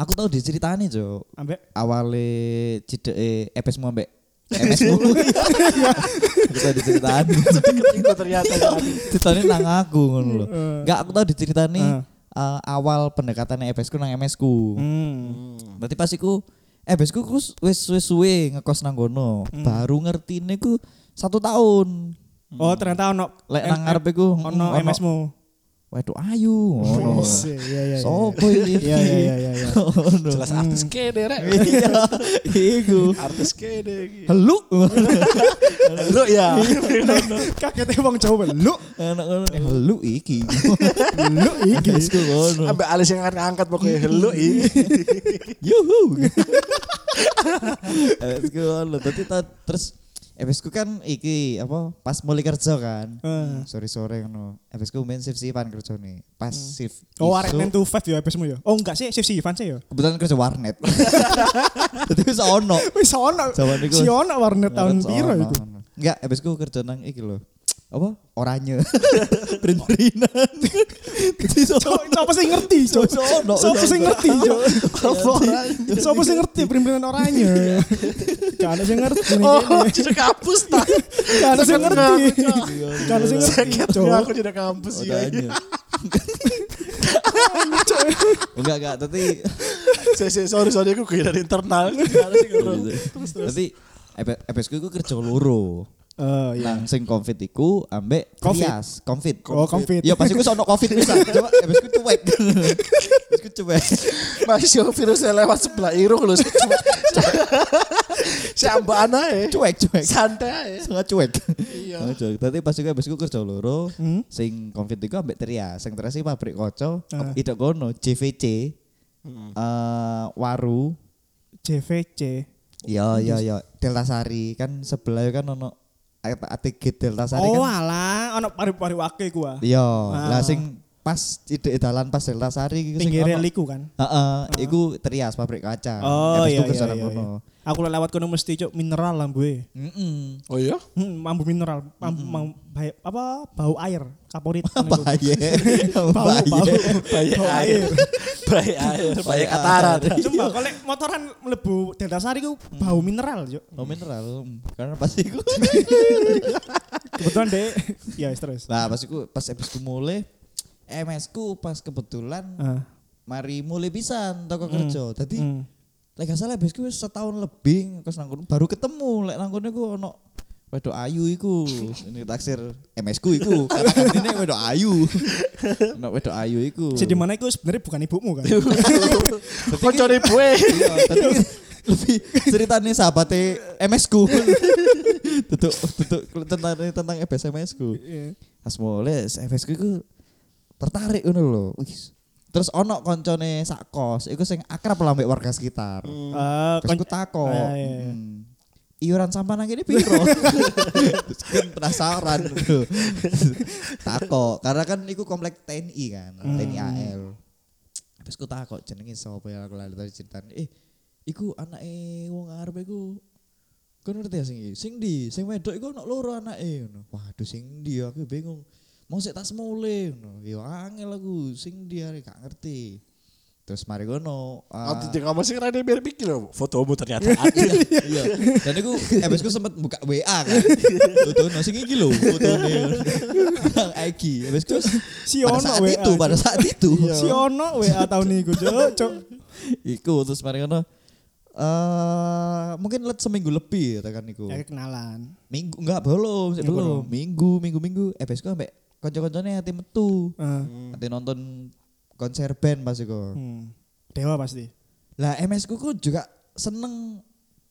[SPEAKER 1] Aku tahu diceritani, Cuk.
[SPEAKER 2] Ambek
[SPEAKER 1] Awale cideke epes mu ambek
[SPEAKER 2] [laughs]
[SPEAKER 1] MS mu. Aku tahu diceritani.
[SPEAKER 3] Iku [laughs] ternyata tadi.
[SPEAKER 1] Ceritanya nang aku ngono lho. Enggak, aku tahu diceritani
[SPEAKER 2] Heeh.
[SPEAKER 1] eh, awal pendekatannya EPS ku nang MS ku.
[SPEAKER 2] hmm.
[SPEAKER 1] Berarti pas iku eh besku ku s- wis wis suwe ngekos nang kono.
[SPEAKER 2] Hmm.
[SPEAKER 1] Baru ngertine ku satu tahun.
[SPEAKER 2] Oh, ternyata ono
[SPEAKER 1] Lek
[SPEAKER 2] M-
[SPEAKER 1] nang ngarep iku
[SPEAKER 2] ono MS-mu.
[SPEAKER 1] Waduh ayu
[SPEAKER 2] [laughs]
[SPEAKER 1] ngono.
[SPEAKER 2] Iya, iya, iya.
[SPEAKER 1] Sopo iki?
[SPEAKER 2] Iya, iya, iya, iya, iya.
[SPEAKER 1] [laughs] Ngono.
[SPEAKER 2] [laughs]
[SPEAKER 3] Jelas artis kede rek.
[SPEAKER 1] Iya. Iku.
[SPEAKER 3] Hmm. [laughs] Artis kede. iki.
[SPEAKER 1] Helu.
[SPEAKER 3] Lu [laughs] ya.
[SPEAKER 2] Kaget wong Jawa lu.
[SPEAKER 1] Anak ngono. Helu Eh, iki. Helu iki. Besku ngono.
[SPEAKER 3] Ambek alis yang angkat pokoknya lu iya. [laughs] ini.
[SPEAKER 1] Yuhu. Besku ngono. Dadi ta- terus Ebesku kan iki apa pas mulai kerja kan.
[SPEAKER 2] Hmm.
[SPEAKER 1] Sore-sore ngono. Ebesku main shift sifan kerjane. Pas shift.
[SPEAKER 2] Oh, arek
[SPEAKER 1] isuk,
[SPEAKER 2] 9 to 5 ya MS-mu ya. Oh, enggak sih, Sif Sifan sih ya. [laughs]
[SPEAKER 1] kebetulan kerja warnet. Jadi bisa ono.
[SPEAKER 2] Wis ono.
[SPEAKER 1] Zaman iku.
[SPEAKER 2] Si ono warnet tahun
[SPEAKER 1] Warnet
[SPEAKER 2] piro
[SPEAKER 1] seorang.
[SPEAKER 2] iku?
[SPEAKER 1] Enggak, habis ku kerja nang iki lho. Apa? Oranye.
[SPEAKER 2] [laughs]
[SPEAKER 1] Print-printan. Jadi sono.
[SPEAKER 2] Cok, Oh, Siapa sih ngerti, Cok?
[SPEAKER 1] Sono.
[SPEAKER 2] Siapa sih ngerti, Cok?
[SPEAKER 1] Oranye.
[SPEAKER 2] Siapa sih ngerti perimpinan
[SPEAKER 1] Iya.
[SPEAKER 2] orangnya? Gak ada sih ngerti nih.
[SPEAKER 3] Oh, jadi kampus tak.
[SPEAKER 2] Gak ada sih ngerti. Gak ada sih ngerti,
[SPEAKER 3] Sakit
[SPEAKER 2] Cok.
[SPEAKER 3] aku jadi kampus ya.
[SPEAKER 1] Oranye. [laughs] Enggak, enggak, tapi
[SPEAKER 3] Saya saya- sorry sorry aku kehilangan internal. Iya, Gimana sih, Guru?
[SPEAKER 1] tapi habis ku iku kerja loro.
[SPEAKER 2] Eh, iya.
[SPEAKER 1] Nang sing covid iku ambek
[SPEAKER 2] Covid.
[SPEAKER 1] trias, covid.
[SPEAKER 2] Oh, Covid.
[SPEAKER 1] Ya pas iku sono covid bisa. Coba habis ku
[SPEAKER 2] [laughs]
[SPEAKER 1] cuek. Habis ku cuek.
[SPEAKER 3] Masih virusnya lewat sebelah irung loh. Si ambak anak ya.
[SPEAKER 1] Cuek, cuek.
[SPEAKER 3] Santai ya.
[SPEAKER 1] sangat cuek.
[SPEAKER 3] Iya.
[SPEAKER 1] Sangat cuek. Tapi pas juga habis gue kerja loro,
[SPEAKER 2] Hmm?
[SPEAKER 1] sing konfit iku ambek Tria, sing Tria sih pabrik koco, uh.
[SPEAKER 2] Ah.
[SPEAKER 1] idak kono JVC.
[SPEAKER 2] Hmm.
[SPEAKER 1] eh, waru.
[SPEAKER 2] JVC.
[SPEAKER 1] Ya ya ya, Delta Sari kan sebelah kan ono A- ATG Delta Sari
[SPEAKER 2] Oh,
[SPEAKER 1] kan.
[SPEAKER 2] alah, ono pari-pari ah. wake gua.
[SPEAKER 1] Iya, lah sing pas ide dalan pas Delta Sari iku sing
[SPEAKER 2] Pinggir
[SPEAKER 1] ono.
[SPEAKER 2] liku kan.
[SPEAKER 1] Heeh, iku Trias pabrik kaca.
[SPEAKER 2] Ah. Oh,
[SPEAKER 1] Habis
[SPEAKER 2] iya,
[SPEAKER 1] iku kerja
[SPEAKER 2] iya,
[SPEAKER 1] nang
[SPEAKER 2] iya,
[SPEAKER 1] kono.
[SPEAKER 2] iya. Aku lewat kono mesti, Cok, mineral lah, gue.
[SPEAKER 1] Heeh.
[SPEAKER 3] Oh iya?
[SPEAKER 2] Hmm, mambu mineral, mam- mam- bay- apa bau air, kaporit. [laughs]
[SPEAKER 1] Bahaya.
[SPEAKER 2] bau, bau,
[SPEAKER 1] Bahaya.
[SPEAKER 2] bau air.
[SPEAKER 3] Baik air, Oh, iya. baik kataran.
[SPEAKER 2] Coba kalau motoran mlebu Delta Sari ku bau mineral, Cok.
[SPEAKER 1] Oh mineral. Karena pasti
[SPEAKER 2] [laughs]
[SPEAKER 1] iku
[SPEAKER 2] Kebetulan deh. Ya, wis, terus.
[SPEAKER 1] Nah pas aku pas episode mulai MS ku pas kebetulan
[SPEAKER 2] Ah. Hmm.
[SPEAKER 1] mari mulai pisan toko kerja. Dadi lek gak salah besku wis setahun lebih kos nang kono baru ketemu lek nang kono iku ono wedok ayu iku. Ini taksir MS ku
[SPEAKER 2] [laughs]
[SPEAKER 1] iku. Ini wedok ayu. Ono wedok ayu iku.
[SPEAKER 2] Jadi
[SPEAKER 1] [laughs]
[SPEAKER 2] mana itu sebenarnya bukan ibumu kan?
[SPEAKER 3] Kocok [laughs] ibu
[SPEAKER 1] Iya, tapi lebih ceritanya sahabatnya MS
[SPEAKER 2] [laughs]
[SPEAKER 1] ku. Tutuk tutuk tentang tentang SMS ku.
[SPEAKER 2] Iya.
[SPEAKER 1] Pas mulai SMS ku iku tertarik ngono lho. Wis. Terus ono koncone sak kos, iku sing akrab lah mbek warga sekitar.
[SPEAKER 2] Eh,
[SPEAKER 1] Terus
[SPEAKER 2] kon-
[SPEAKER 1] ku takok.
[SPEAKER 2] Ah, iya, iya.
[SPEAKER 1] "Hmm, Iuran sampah nang kene piro? [laughs] Terus kan penasaran. [laughs] lho. takok, karena kan iku komplek TNI kan,
[SPEAKER 2] Hmm.
[SPEAKER 1] TNI AL. Terus ku takok jenenge sapa ya aku lali tadi ceritane. Eh, iku anake wong arep iku Kan ngerti ya sing iki? Sing di, sing wedok iku ono loro anake ngono. Waduh sing di aku bingung. Mau sik tas mule ngono. Ya angel aku sing di arek gak ngerti. Terus mari ngono. ah,
[SPEAKER 3] Nanti dia ngomong sih karena dia biar pikir loh. Fotomu ternyata
[SPEAKER 2] [laughs]
[SPEAKER 3] ada.
[SPEAKER 1] iya. Dan aku habis ku sempat buka WA kan. Foto no sing iki lho, fotone. Nang IG. Habis ku
[SPEAKER 2] Si
[SPEAKER 1] pada
[SPEAKER 2] ono
[SPEAKER 1] saat
[SPEAKER 2] WA,
[SPEAKER 1] itu, Iya. pada saat itu.
[SPEAKER 2] Iya. Si ono
[SPEAKER 1] [laughs]
[SPEAKER 2] WA tahun ini cok. Cok.
[SPEAKER 1] Iku terus mari ngono. Eh mungkin let seminggu lebih ya tekan iku.
[SPEAKER 2] Ya kenalan.
[SPEAKER 1] Minggu enggak belum, sih, belum. Minggu, minggu, minggu. Eh besok ambek kanca-kancane hati metu.
[SPEAKER 2] Eh,
[SPEAKER 1] Hati nonton konser band pas iku.
[SPEAKER 2] hmm. Dewa pasti.
[SPEAKER 1] Lah MS ku ku juga seneng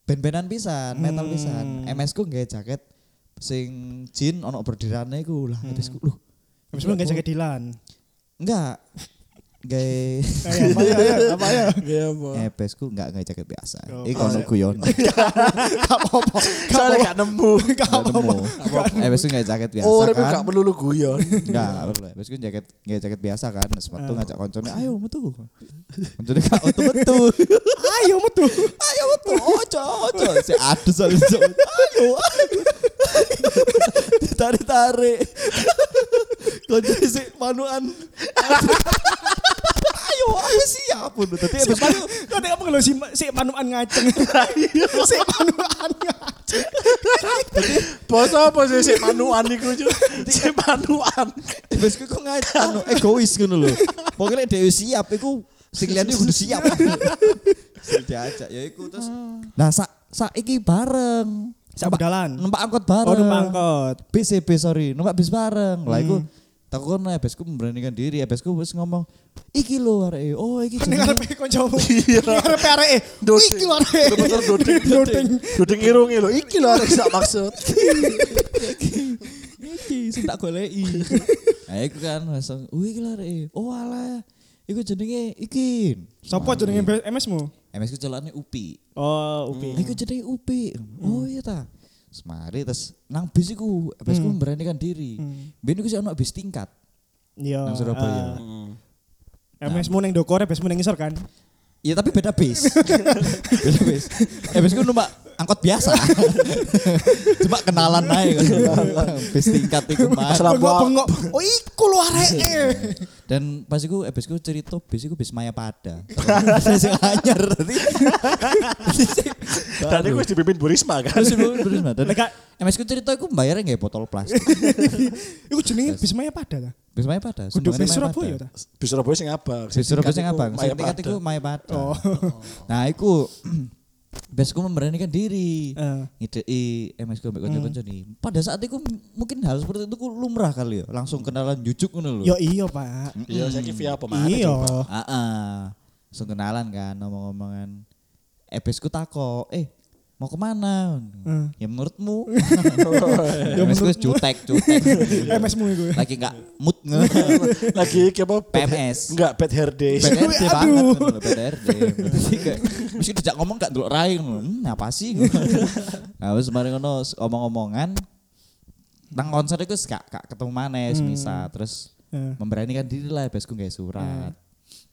[SPEAKER 1] band-bandan pisan, metal
[SPEAKER 2] Hmm.
[SPEAKER 1] pisan. MS ku nggawe jaket sing jin ono bordirane iku. Lah
[SPEAKER 2] Hmm.
[SPEAKER 1] MS ku lho. Iya,
[SPEAKER 2] Habis itu nggak jaga Dilan.
[SPEAKER 1] Enggak. Gawe
[SPEAKER 2] Kayak
[SPEAKER 1] [laughs]
[SPEAKER 2] apa ya? Apa ya?
[SPEAKER 3] Iya, Bo. [laughs]
[SPEAKER 1] MS ku enggak gawe jaket biasa.
[SPEAKER 2] Oh,
[SPEAKER 1] Iku ono
[SPEAKER 2] iya. [laughs]
[SPEAKER 1] guyon.
[SPEAKER 3] Soalnya gak nemu.
[SPEAKER 1] Enggak apa-apa. MS ku gawe jaket biasa
[SPEAKER 3] Oh, aku
[SPEAKER 1] kan.
[SPEAKER 3] gak melulu guyon.
[SPEAKER 1] Enggak, perlu. Terus kan jaket nggak jaket biasa kan. Terus
[SPEAKER 2] Nah.
[SPEAKER 1] metu ngajak koncone,
[SPEAKER 2] [laughs]
[SPEAKER 1] "Ayo metu." Koncone gak metu metu.
[SPEAKER 2] Ayo metu.
[SPEAKER 1] Ayo metu. "Oh, Ojo, ojo. Si adus aja. Ayo. Tarik-tarik. Koncone si
[SPEAKER 2] [laughs]
[SPEAKER 1] manuan. [laughs] Ayo, ayo siap pun. Tadi
[SPEAKER 2] Si
[SPEAKER 1] habis itu
[SPEAKER 2] Manu- Kau tengok apa ngeluh si, si manuan
[SPEAKER 1] [laughs]
[SPEAKER 2] ngaceng.
[SPEAKER 1] iya.
[SPEAKER 2] [laughs] si manuan ngaceng.
[SPEAKER 3] Bos apa sih si manuan iku [laughs] cuy? Si manuan.
[SPEAKER 1] habis itu kok ngajak anu, egois ngono lho. Pokoknya dhewe siap iku sing liyane kudu siap. Sing diajak ya iku terus. Nah, sak saiki bareng.
[SPEAKER 2] Sak budalan.
[SPEAKER 1] numpak angkot bareng.
[SPEAKER 2] Oh, numpak angkot.
[SPEAKER 1] BCB sorry, numpak bis bareng. Lah iku takut kan habisku memberanikan diri, habisku wis ngomong iki lho areke. Oh, iki
[SPEAKER 2] Ini
[SPEAKER 1] jenenge."
[SPEAKER 2] ngarepe koncomu.
[SPEAKER 1] Iya.
[SPEAKER 3] Iya.
[SPEAKER 2] Ini ngarepe areke.
[SPEAKER 3] Doding.
[SPEAKER 2] Iki lho areke.
[SPEAKER 3] Bener doding.
[SPEAKER 2] Doding.
[SPEAKER 3] Duding irungi lho. Iki lho arek sak maksud.
[SPEAKER 1] iki sing tak
[SPEAKER 2] [laughs]
[SPEAKER 1] goleki. Nah, iku kan langsung, "Wih, iki lho areke." Oh, alah. Iku jenenge iki.
[SPEAKER 2] Sopo jenenge
[SPEAKER 1] Iya.
[SPEAKER 2] MS-mu?
[SPEAKER 1] MS ku celane Upi.
[SPEAKER 2] Oh, Upi.
[SPEAKER 1] Iku jenenge Upi.
[SPEAKER 2] Hmm.
[SPEAKER 1] Oh iya ta. Semari terus nang bis iku, habis ku
[SPEAKER 2] Hmm.
[SPEAKER 1] memberanikan diri. Ben iku sih ono bis tingkat
[SPEAKER 2] Iya.
[SPEAKER 1] nang Surabaya.
[SPEAKER 2] ah, MS-mu ning Dokor, MS-mu ning ngisor kan?
[SPEAKER 1] Iya tapi beda bis.
[SPEAKER 2] [laughs]
[SPEAKER 1] beda bis. Eh bis ku numpak angkot
[SPEAKER 2] [laughs]
[SPEAKER 1] biasa. Cuma kenalan aja kan. bis tingkat iku mas.
[SPEAKER 3] Salah
[SPEAKER 2] Bengok,
[SPEAKER 3] buat.
[SPEAKER 2] bengok. Oh, iku lho
[SPEAKER 1] [laughs]
[SPEAKER 2] areke.
[SPEAKER 1] Dan pas iku eh bis ku cerita bis iku bis Mayapada. Sing anyar tadi.
[SPEAKER 3] Dan iku wis dipimpin Bu Risma kan.
[SPEAKER 1] Terus ibu terus Mbak. Dan
[SPEAKER 2] Lek gak-
[SPEAKER 1] MS ku cerita iku bayarnya nggak botol plastik.
[SPEAKER 2] Iku jenenge Bismaya Pada ta?
[SPEAKER 1] Bis Mayapada.
[SPEAKER 2] Kudu
[SPEAKER 1] sumbangannya
[SPEAKER 2] bis Surabaya
[SPEAKER 1] Mayapada.
[SPEAKER 2] ta?
[SPEAKER 3] Di Surabaya sing abang.
[SPEAKER 1] Di Surabaya sing abang, sing
[SPEAKER 3] Mayat
[SPEAKER 1] tingkat iku
[SPEAKER 3] ada.
[SPEAKER 1] Mayapada.
[SPEAKER 2] Oh.
[SPEAKER 1] [laughs] Nah, iku [clears throat] besku memberanikan diri.
[SPEAKER 2] Eh.
[SPEAKER 1] Ngidei MS ku mbek kanca-kanca nih. Pada saat itu m- mungkin hal seperti itu ku lumrah kali ya, langsung kenalan jujuk ngono lho.
[SPEAKER 2] Yo iya, Pak.
[SPEAKER 3] Iya, saiki via apa mana?
[SPEAKER 2] Iya.
[SPEAKER 3] coba?
[SPEAKER 1] Heeh. Langsung kenalan kan ngomong-ngomongan. MS ku takok, "Eh, mau kemana?
[SPEAKER 2] Eh.
[SPEAKER 1] Ya menurutmu?
[SPEAKER 2] [laughs] Ya
[SPEAKER 1] [laughs] ya MS ku
[SPEAKER 2] menurutmu.
[SPEAKER 1] jutek,
[SPEAKER 2] [laughs]
[SPEAKER 1] jutek.
[SPEAKER 2] MS-mu Eh, iku.
[SPEAKER 1] Lagi gak mood
[SPEAKER 2] [laughs]
[SPEAKER 1] nge-
[SPEAKER 3] Lagi iki apa? Bad-
[SPEAKER 1] PMS.
[SPEAKER 3] Enggak, bad hair days.
[SPEAKER 1] PDRD
[SPEAKER 2] Aduh.
[SPEAKER 1] banget kan, ngono lho, [laughs] PDRD. Jadi kayak mesti dijak ngomong gak delok rai ngono. Hmm, apa sih? [laughs] nah, wis mari ngono s- omong-omongan nang konser iku wis gak gak ketemu maneh misal terus
[SPEAKER 2] Eh.
[SPEAKER 1] memberanikan diri lah besku gawe surat.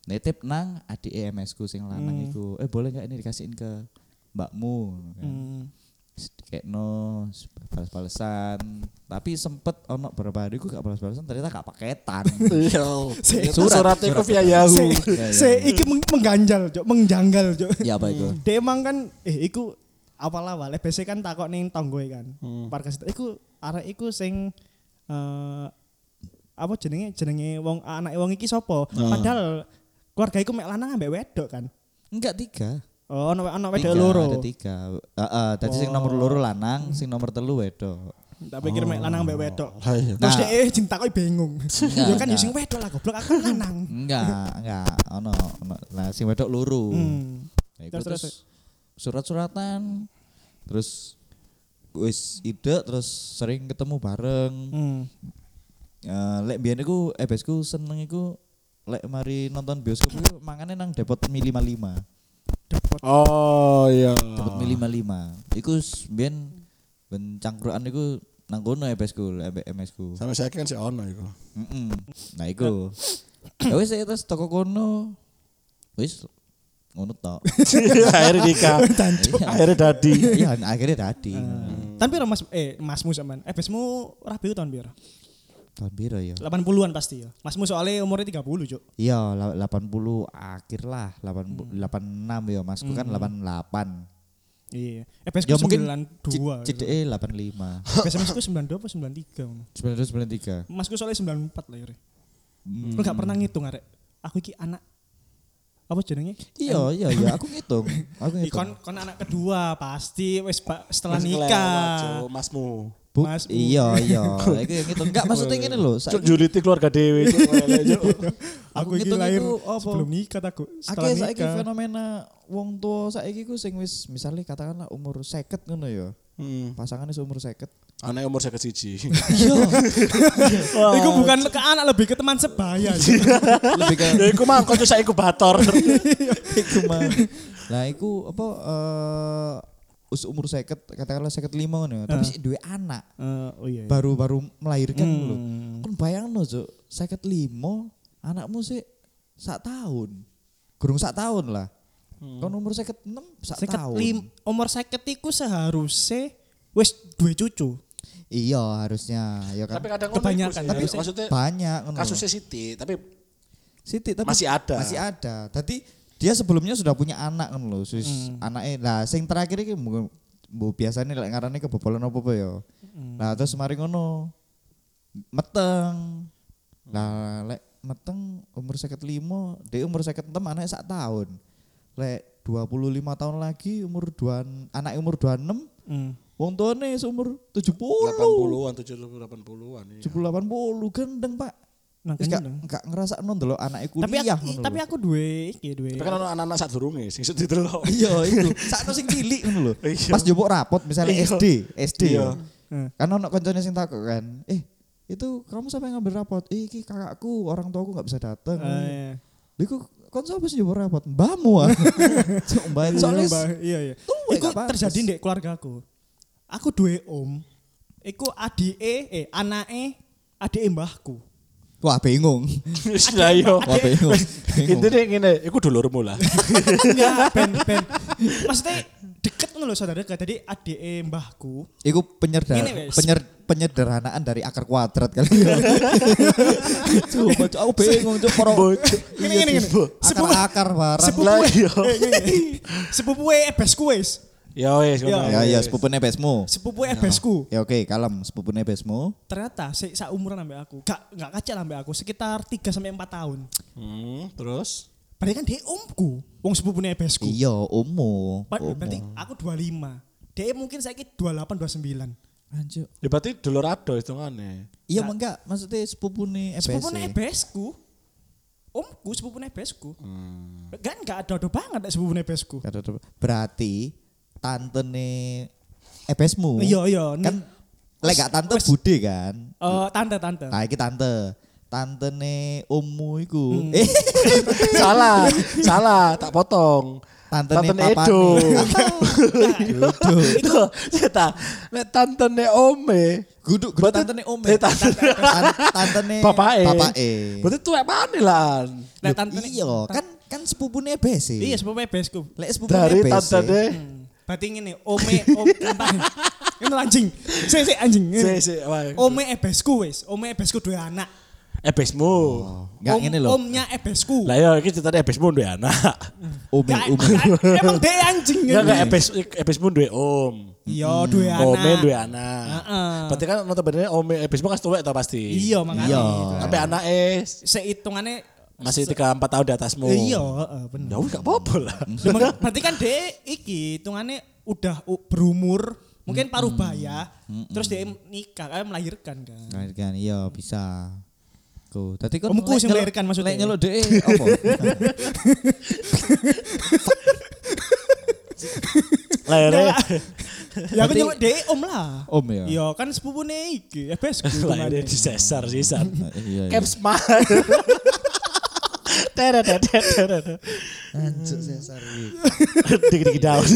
[SPEAKER 1] Nitip nang adik EMS ku sing lanang iku. Eh boleh gak ini dikasihin ke mbakmu? Kan.
[SPEAKER 2] Hmm.
[SPEAKER 1] kayak no balas-balesan tapi sempet ono beberapa hari ku gak balas-balesan ternyata gak [laughs] paketan
[SPEAKER 3] Iya.
[SPEAKER 2] Si-
[SPEAKER 3] Surat surat iku via Yahoo.
[SPEAKER 2] Se, se iki meng- mengganjal, Cok. Mengjanggal,
[SPEAKER 1] [laughs]
[SPEAKER 2] Cok.
[SPEAKER 1] ya apa itu
[SPEAKER 2] Dia emang kan eh iku awal awal biasanya kan takok ning tonggoe kan.
[SPEAKER 1] Hmm.
[SPEAKER 2] Warga situ iku arek iku sing
[SPEAKER 1] Ah.
[SPEAKER 2] eh apa jenenge jenenge wong anak wong iki sapa? Padahal keluarga iku mek lanang ambek wedok kan.
[SPEAKER 1] Enggak tiga.
[SPEAKER 2] Oh, ono ono
[SPEAKER 1] Tiga,
[SPEAKER 2] wedok loro. Oh.
[SPEAKER 1] Ada tiga. Heeh, tadi sing nomor loro lanang, sing nomor telu wedok.
[SPEAKER 2] Tak pikir mek lanang ambek wedok.
[SPEAKER 3] Hai.
[SPEAKER 2] Terus
[SPEAKER 1] Nah.
[SPEAKER 2] nah. eh cinta kok
[SPEAKER 1] [laughs]
[SPEAKER 2] bingung. Ya kan yo sing wedok lah goblok aku kan lanang. [laughs]
[SPEAKER 1] Enggak, enggak. Ono, ono. Nah, sing wedok loro.
[SPEAKER 2] Hmm.
[SPEAKER 1] Nah, iku
[SPEAKER 2] Terus,
[SPEAKER 1] terus,
[SPEAKER 2] terus.
[SPEAKER 1] surat-suratan. Terus wis ide terus sering ketemu bareng.
[SPEAKER 2] Hmm.
[SPEAKER 1] Eh, lek biyen iku ebesku seneng iku lek mari nonton bioskop iku mangane nang Depot Mi 55.
[SPEAKER 3] Oh iya.
[SPEAKER 1] Depot Mi 55. Iku s- biyen ben cangkruan iku nang kono ebesku, lek MS ku.
[SPEAKER 3] Sampai saya kan si ono itu.
[SPEAKER 1] Mm-mm. Nah iku. ya wis ya, terus toko kono. Wis ngono
[SPEAKER 2] [laughs]
[SPEAKER 1] tok.
[SPEAKER 3] Iya, akhirnya nikah. akhirnya dadi.
[SPEAKER 1] Iya, akhirnya tadi.
[SPEAKER 2] Tapi piro Mas eh Masmu sampean. Eh besmu rapi tahun piro?
[SPEAKER 1] Tahun biru ya?
[SPEAKER 2] 80-an pasti ya. Masmu soalnya umurnya 30, Cuk.
[SPEAKER 1] Iya, la- 80 akhir lah, 80,
[SPEAKER 2] Hmm.
[SPEAKER 1] 86 ya, Masku kan 88.
[SPEAKER 2] Iya. Eh besku
[SPEAKER 1] Ya mungkin
[SPEAKER 2] 92. gitu.
[SPEAKER 1] CDE 85.
[SPEAKER 2] [laughs] Best masku 92 apa 93 ngono.
[SPEAKER 1] 92 93.
[SPEAKER 2] Masku soalnya 94 lah ya. Aku gak pernah ngitung arek. Aku iki anak apa jenenge?
[SPEAKER 1] Iya, iya, iya, aku ngitung. Aku
[SPEAKER 2] Iya,
[SPEAKER 1] ngitung.
[SPEAKER 2] Kon kon anak kedua pasti wes ba- setelah
[SPEAKER 3] Mas
[SPEAKER 2] nikah.
[SPEAKER 3] kelewat, Cuk, Masmu.
[SPEAKER 1] Bu-
[SPEAKER 2] Mas, Bu.
[SPEAKER 1] iya,
[SPEAKER 2] [laughs]
[SPEAKER 1] iya. Aku yang ngitung. Enggak maksudnya ngene lho.
[SPEAKER 3] Cuk
[SPEAKER 1] saiki-
[SPEAKER 3] juliti keluarga dewe. [laughs] Cuk. Lele, Cuk.
[SPEAKER 1] Aku
[SPEAKER 2] Aku iki
[SPEAKER 1] ngitung
[SPEAKER 2] lahir
[SPEAKER 1] itu apa?
[SPEAKER 2] sebelum nikah aku. Setelah
[SPEAKER 1] Akeh saiki
[SPEAKER 2] nikah.
[SPEAKER 1] fenomena wong tua saiki ku sing wis misalnya katakanlah umur 50 ngono ya.
[SPEAKER 3] Hmm.
[SPEAKER 1] Pasangannya seumur 50.
[SPEAKER 3] Anak umur saya kesiji.
[SPEAKER 2] Iku bukan ke anak lebih ke teman [laughs] sebaya.
[SPEAKER 1] Lebih ke
[SPEAKER 3] Ya iku mah kok saya iku bator.
[SPEAKER 1] [laughs] iku mah. Lah iku apa eh us umur 50 katakanlah 55 ngono ya, tapi sik duwe anak
[SPEAKER 2] Eh, oh iya. iya.
[SPEAKER 1] baru-baru melahirkan
[SPEAKER 2] Hmm.
[SPEAKER 1] lho. Kon bayangno, Cuk, 55 anakmu sik sak tahun. Gurung sak tahun lah. Kon umur 56 sak
[SPEAKER 2] Hmm. Seket
[SPEAKER 1] tahun.
[SPEAKER 2] lim- umur seket iku seharusnya wes dua cucu.
[SPEAKER 1] Iya, harusnya ya kan.
[SPEAKER 3] Tapi kadang
[SPEAKER 2] Kebanyakan,
[SPEAKER 3] tapi
[SPEAKER 2] ya.
[SPEAKER 3] maksudnya
[SPEAKER 1] banyak ngono. lho.
[SPEAKER 3] kasusnya Siti, tapi
[SPEAKER 1] Siti tapi
[SPEAKER 3] masih ada.
[SPEAKER 1] masih ada. Tadi dia sebelumnya sudah punya anak kan lho,
[SPEAKER 2] Hmm.
[SPEAKER 1] sus anaknya. Nah, sing terakhir iki mungkin bu biasanya lek ngarane kebobolan apa apa ya.
[SPEAKER 2] Hmm.
[SPEAKER 1] Nah, terus mari ngono. Meteng. Nah, lek meteng umur 55, dia umur 56 anaknya sak tahun. Lek 25 tahun lagi umur 2 anak umur 26
[SPEAKER 2] Hmm.
[SPEAKER 1] wong tuane seumur 70.
[SPEAKER 3] 80-an, 70 80-an. iya.
[SPEAKER 1] 70 80 gendeng, Pak. Wis
[SPEAKER 2] Makanya
[SPEAKER 1] gak
[SPEAKER 2] dong.
[SPEAKER 1] gak ngerasakno ndelok anake
[SPEAKER 2] Nah, Tapi
[SPEAKER 1] kuliah
[SPEAKER 2] aku,
[SPEAKER 1] ngono lho.
[SPEAKER 2] tapi aku duwe iki duwe.
[SPEAKER 3] Tapi kan ono anak-anak saat durunge sing sedih [laughs] delok.
[SPEAKER 2] [laughs]
[SPEAKER 1] Iya itu. Sakno sing cilik ngono lho.
[SPEAKER 3] Iya.
[SPEAKER 1] Pas jupuk rapot misalnya
[SPEAKER 3] Iya.
[SPEAKER 1] SD, SD
[SPEAKER 3] Iya.
[SPEAKER 1] ya.
[SPEAKER 2] Eh,
[SPEAKER 1] Kan ono koncone sing takok kan. Eh, itu kamu sampai ngambil rapot. Eh, iki kakakku, orang tuaku nggak bisa dateng.
[SPEAKER 2] Eh, iya.
[SPEAKER 1] Lha iku kon sapa sing jupuk rapot? Mbamu
[SPEAKER 2] [laughs]
[SPEAKER 1] ah. Cok, mbak. Soalnya
[SPEAKER 2] Mbak, iya iya.
[SPEAKER 1] tuwe
[SPEAKER 2] Iku
[SPEAKER 1] gak pantes.
[SPEAKER 2] terjadi ndek keluargaku. Aku duwe om. Iku adike eh anake adike mbahku.
[SPEAKER 1] wah
[SPEAKER 2] [laughs]
[SPEAKER 1] bingung.
[SPEAKER 3] Lah iya.
[SPEAKER 1] Wah bingung. bingung.
[SPEAKER 3] Intine ngene, iku dulurmu
[SPEAKER 1] [laughs]
[SPEAKER 3] lah.
[SPEAKER 2] [laughs] Enggak, ben ben. Maksudnya deket ngono lho saudara dekat. Tadi adike mbahku.
[SPEAKER 1] Iku penyerda-
[SPEAKER 2] Ini wes.
[SPEAKER 1] penyer- penyederhanaan dari akar kuadrat
[SPEAKER 2] [laughs]
[SPEAKER 1] kali. Coba cok, aku bingung cok para [laughs]
[SPEAKER 3] Bocok.
[SPEAKER 2] Ngene ngene ngene. Sepupu
[SPEAKER 1] akar-akar barang.
[SPEAKER 2] sepupu
[SPEAKER 3] Lah,
[SPEAKER 2] eh,
[SPEAKER 1] ya?
[SPEAKER 3] iya.
[SPEAKER 1] [laughs]
[SPEAKER 2] ngene. Sepupu ebesku wis.
[SPEAKER 3] Ya wis ngono.
[SPEAKER 1] Ya ya sepupune besmu.
[SPEAKER 2] Sepupu ebesku.
[SPEAKER 1] Ya oke, kalem sepupune besmu.
[SPEAKER 2] Ternyata se umuran ambek aku. Gak gak kacak ambek aku sekitar 3 sampai 4 tahun.
[SPEAKER 3] Hmm, terus
[SPEAKER 2] Berarti kan dia omku, wong sepupune ebesku.
[SPEAKER 1] Iya, umum.
[SPEAKER 2] Ba- Berarti aku 25. Dia mungkin saya 28 29.
[SPEAKER 1] Anjuk.
[SPEAKER 3] ya berarti dulur ado
[SPEAKER 1] [laughs]
[SPEAKER 3] hitungane.
[SPEAKER 1] Iya, nah. enggak. Maksudnya sepupune EBS.
[SPEAKER 2] Sepupune Eh, ebesku. Omku sepupune ebesku.
[SPEAKER 1] Hmm.
[SPEAKER 2] Kan gak ada ada banget nek sepupune ebesku.
[SPEAKER 1] Kata tuh, Berarti tantene EBSmu.
[SPEAKER 2] Iya, iya.
[SPEAKER 1] Kan lek gak tante Bude kan.
[SPEAKER 2] Eh tante tante. [laughs]
[SPEAKER 1] Nah, iki tante. Tantene ommu iku. Eh, [laughs]
[SPEAKER 3] salah, salah, tak potong.
[SPEAKER 1] Tantene
[SPEAKER 3] Tantene
[SPEAKER 1] papane. [laughs]
[SPEAKER 3] Edo.
[SPEAKER 2] Nah,
[SPEAKER 1] Dudu.
[SPEAKER 3] Itu cerita. Nek tantene Ome,
[SPEAKER 1] Guduk guduk
[SPEAKER 3] Berarti-
[SPEAKER 1] tantene om.
[SPEAKER 3] eh, tante- E.
[SPEAKER 1] Tantene
[SPEAKER 3] bapake.
[SPEAKER 1] Eh, Bapake.
[SPEAKER 3] Berarti tuwek maneh lan.
[SPEAKER 1] Loh,
[SPEAKER 2] Nah, tantene-
[SPEAKER 1] Iya,
[SPEAKER 2] tan-
[SPEAKER 1] kan kan sepupune EBS.
[SPEAKER 2] Iya sepupune ebesku. Hmm.
[SPEAKER 1] Lek sepupune
[SPEAKER 3] Dari
[SPEAKER 1] EBS.
[SPEAKER 3] tantene
[SPEAKER 2] Berarti ngene, ome om [laughs] entah. Ini anjing. Sik sik anjing.
[SPEAKER 1] Hmm.
[SPEAKER 3] si si wae.
[SPEAKER 1] Oh.
[SPEAKER 2] Ome ebesku wis, ome ebesku duwe anak.
[SPEAKER 3] Ebesmu.
[SPEAKER 1] Enggak
[SPEAKER 2] Om-
[SPEAKER 1] ngene lho.
[SPEAKER 2] Omnya ebesku.
[SPEAKER 3] Lah ya iki ceritane Ebesmu duwe anak.
[SPEAKER 1] Umi
[SPEAKER 2] Gak-
[SPEAKER 1] umi.
[SPEAKER 2] gak- kan Emang dia anjing.
[SPEAKER 3] Enggak enggak Ebes Ebesmu duwe om.
[SPEAKER 2] Iya, duwe anak.
[SPEAKER 3] Ome duwe anak.
[SPEAKER 2] Heeh.
[SPEAKER 3] Berarti kan notabene Ome Ebesmu kan tuwek ta pasti.
[SPEAKER 2] Iya, makanya.
[SPEAKER 1] Iya.
[SPEAKER 2] itu.
[SPEAKER 3] Sampai anak es.
[SPEAKER 2] Sehitungannya
[SPEAKER 3] Masih 3 4 tahun di atasmu.
[SPEAKER 2] Iya, heeh, bener.
[SPEAKER 3] Ya udah gak apa-apa [laughs] lah.
[SPEAKER 2] Lah, maka- berarti kan dek iki hitungannya udah u- berumur mungkin parubaya terus dia nikah eh, melahirkan kan
[SPEAKER 1] Melahirkan iya bisa. Ku. Tadi kon
[SPEAKER 2] Omku
[SPEAKER 1] lek
[SPEAKER 2] sing
[SPEAKER 1] nyeluk-
[SPEAKER 2] melahirkan maksudnya.
[SPEAKER 1] Lek nyeluk dhek
[SPEAKER 2] [laughs]
[SPEAKER 1] apa?
[SPEAKER 3] Lahirnya
[SPEAKER 2] ya aku
[SPEAKER 1] Berarti-
[SPEAKER 2] nyeluk dek om lah
[SPEAKER 1] Om ya.
[SPEAKER 2] iya kan sepupune iki FS
[SPEAKER 3] lahirnya di sesar sih [laughs] san.
[SPEAKER 1] Nah, Iya. iya.
[SPEAKER 3] Caps [laughs] mahal. Teret, teret, teret.
[SPEAKER 1] Anjuk sesar iki.
[SPEAKER 3] Dikit-dikit daun.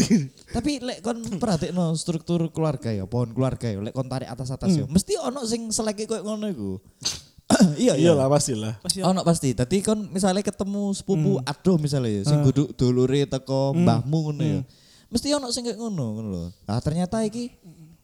[SPEAKER 1] Tapi lek kon perhatikno struktur keluarga ya, pohon keluarga ya, lek kon tarik atas-atas ya,
[SPEAKER 2] Hmm.
[SPEAKER 1] mesti ono sing seleke koyo ngono iku.
[SPEAKER 2] [coughs]
[SPEAKER 1] Iya iya.
[SPEAKER 3] Iyalah pasti lah.
[SPEAKER 1] Ono pasti. Tadi kon misalnya ketemu sepupu
[SPEAKER 2] Hmm.
[SPEAKER 1] aduh misalnya ya, sing kudu dulure teko mbahmu ngono ya.
[SPEAKER 2] Hmm.
[SPEAKER 1] Mesti ono sing kayak ngono ngono lho. Nah, ternyata iki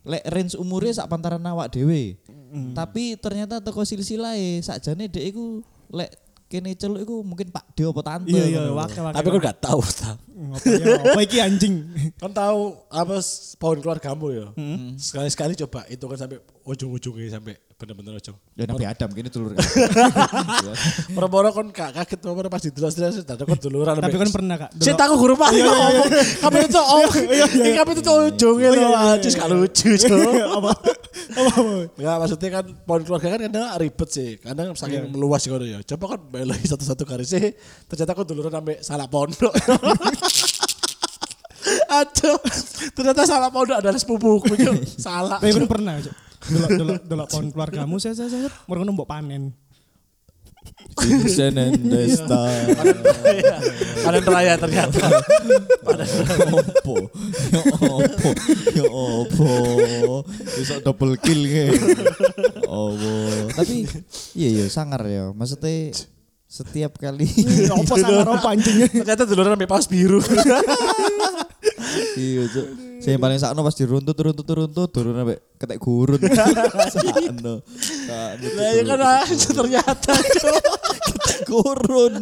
[SPEAKER 1] lek range umure sak pantaran awak dhewe.
[SPEAKER 2] Hmm.
[SPEAKER 1] Tapi ternyata teko silsilahe sakjane dhek iku lek kene celuk iku mungkin Pak De apa tante.
[SPEAKER 2] iya iya
[SPEAKER 1] ngono lho.
[SPEAKER 2] wakil wakil
[SPEAKER 3] Tapi aku gak tahu tau.
[SPEAKER 2] Ngopo ya, apa iki anjing
[SPEAKER 3] Kan tahu apa s- pohon keluargamu ya.
[SPEAKER 2] Hmm.
[SPEAKER 3] Sekali-sekali coba itu kan sampai ujung-ujungnya sampai bener-bener ujung.
[SPEAKER 1] Ya Nabi Adam kene dulur.
[SPEAKER 2] [laughs]
[SPEAKER 3] Moro-moro kan gak kaget moro pas didelas-delas tadi kan duluran.
[SPEAKER 2] tapi kan pernah kak
[SPEAKER 3] Cek aku guru mah. Iya, iya, Kamu itu oh, kamu itu oh, ujungnya loh. Anjir, gak [laughs] lucu. Cuk.
[SPEAKER 2] apa apa apa
[SPEAKER 3] Enggak maksudnya kan pohon keluarga kan kadang ribet sih. Kadang saking meluas gitu ya. Coba kan belai satu-satu garis sih. Ternyata aku dulu sampai salah [laughs] pondok. Aduh, ternyata salah pondok adalah sepupuku. Cuk. salah.
[SPEAKER 2] tapi kan
[SPEAKER 3] Cuk.
[SPEAKER 2] pernah cok delok delok delok pohon keluargamu saya saya saya mereka nembok panen
[SPEAKER 1] Vincent and Desta.
[SPEAKER 3] Iya. Panen raya ternyata.
[SPEAKER 1] Opo. Ya opo. Ya opo. Besok double kill nge. Opo. Tapi iya iya sangar ya. Maksudnya setiap kali
[SPEAKER 3] Iya,
[SPEAKER 2] apa sangar apa anjingnya
[SPEAKER 3] Ternyata dulu sampai paus [laughs] biru.
[SPEAKER 1] iya cuk. Saya yang paling sakno pas diruntut runtut runtut turun sampai ketek [laughs] gurun. sakno. Sakno.
[SPEAKER 3] Nah, ya kan, [laughs] Lah ya kan ah, ternyata. Cuk.
[SPEAKER 1] Ketek gurun.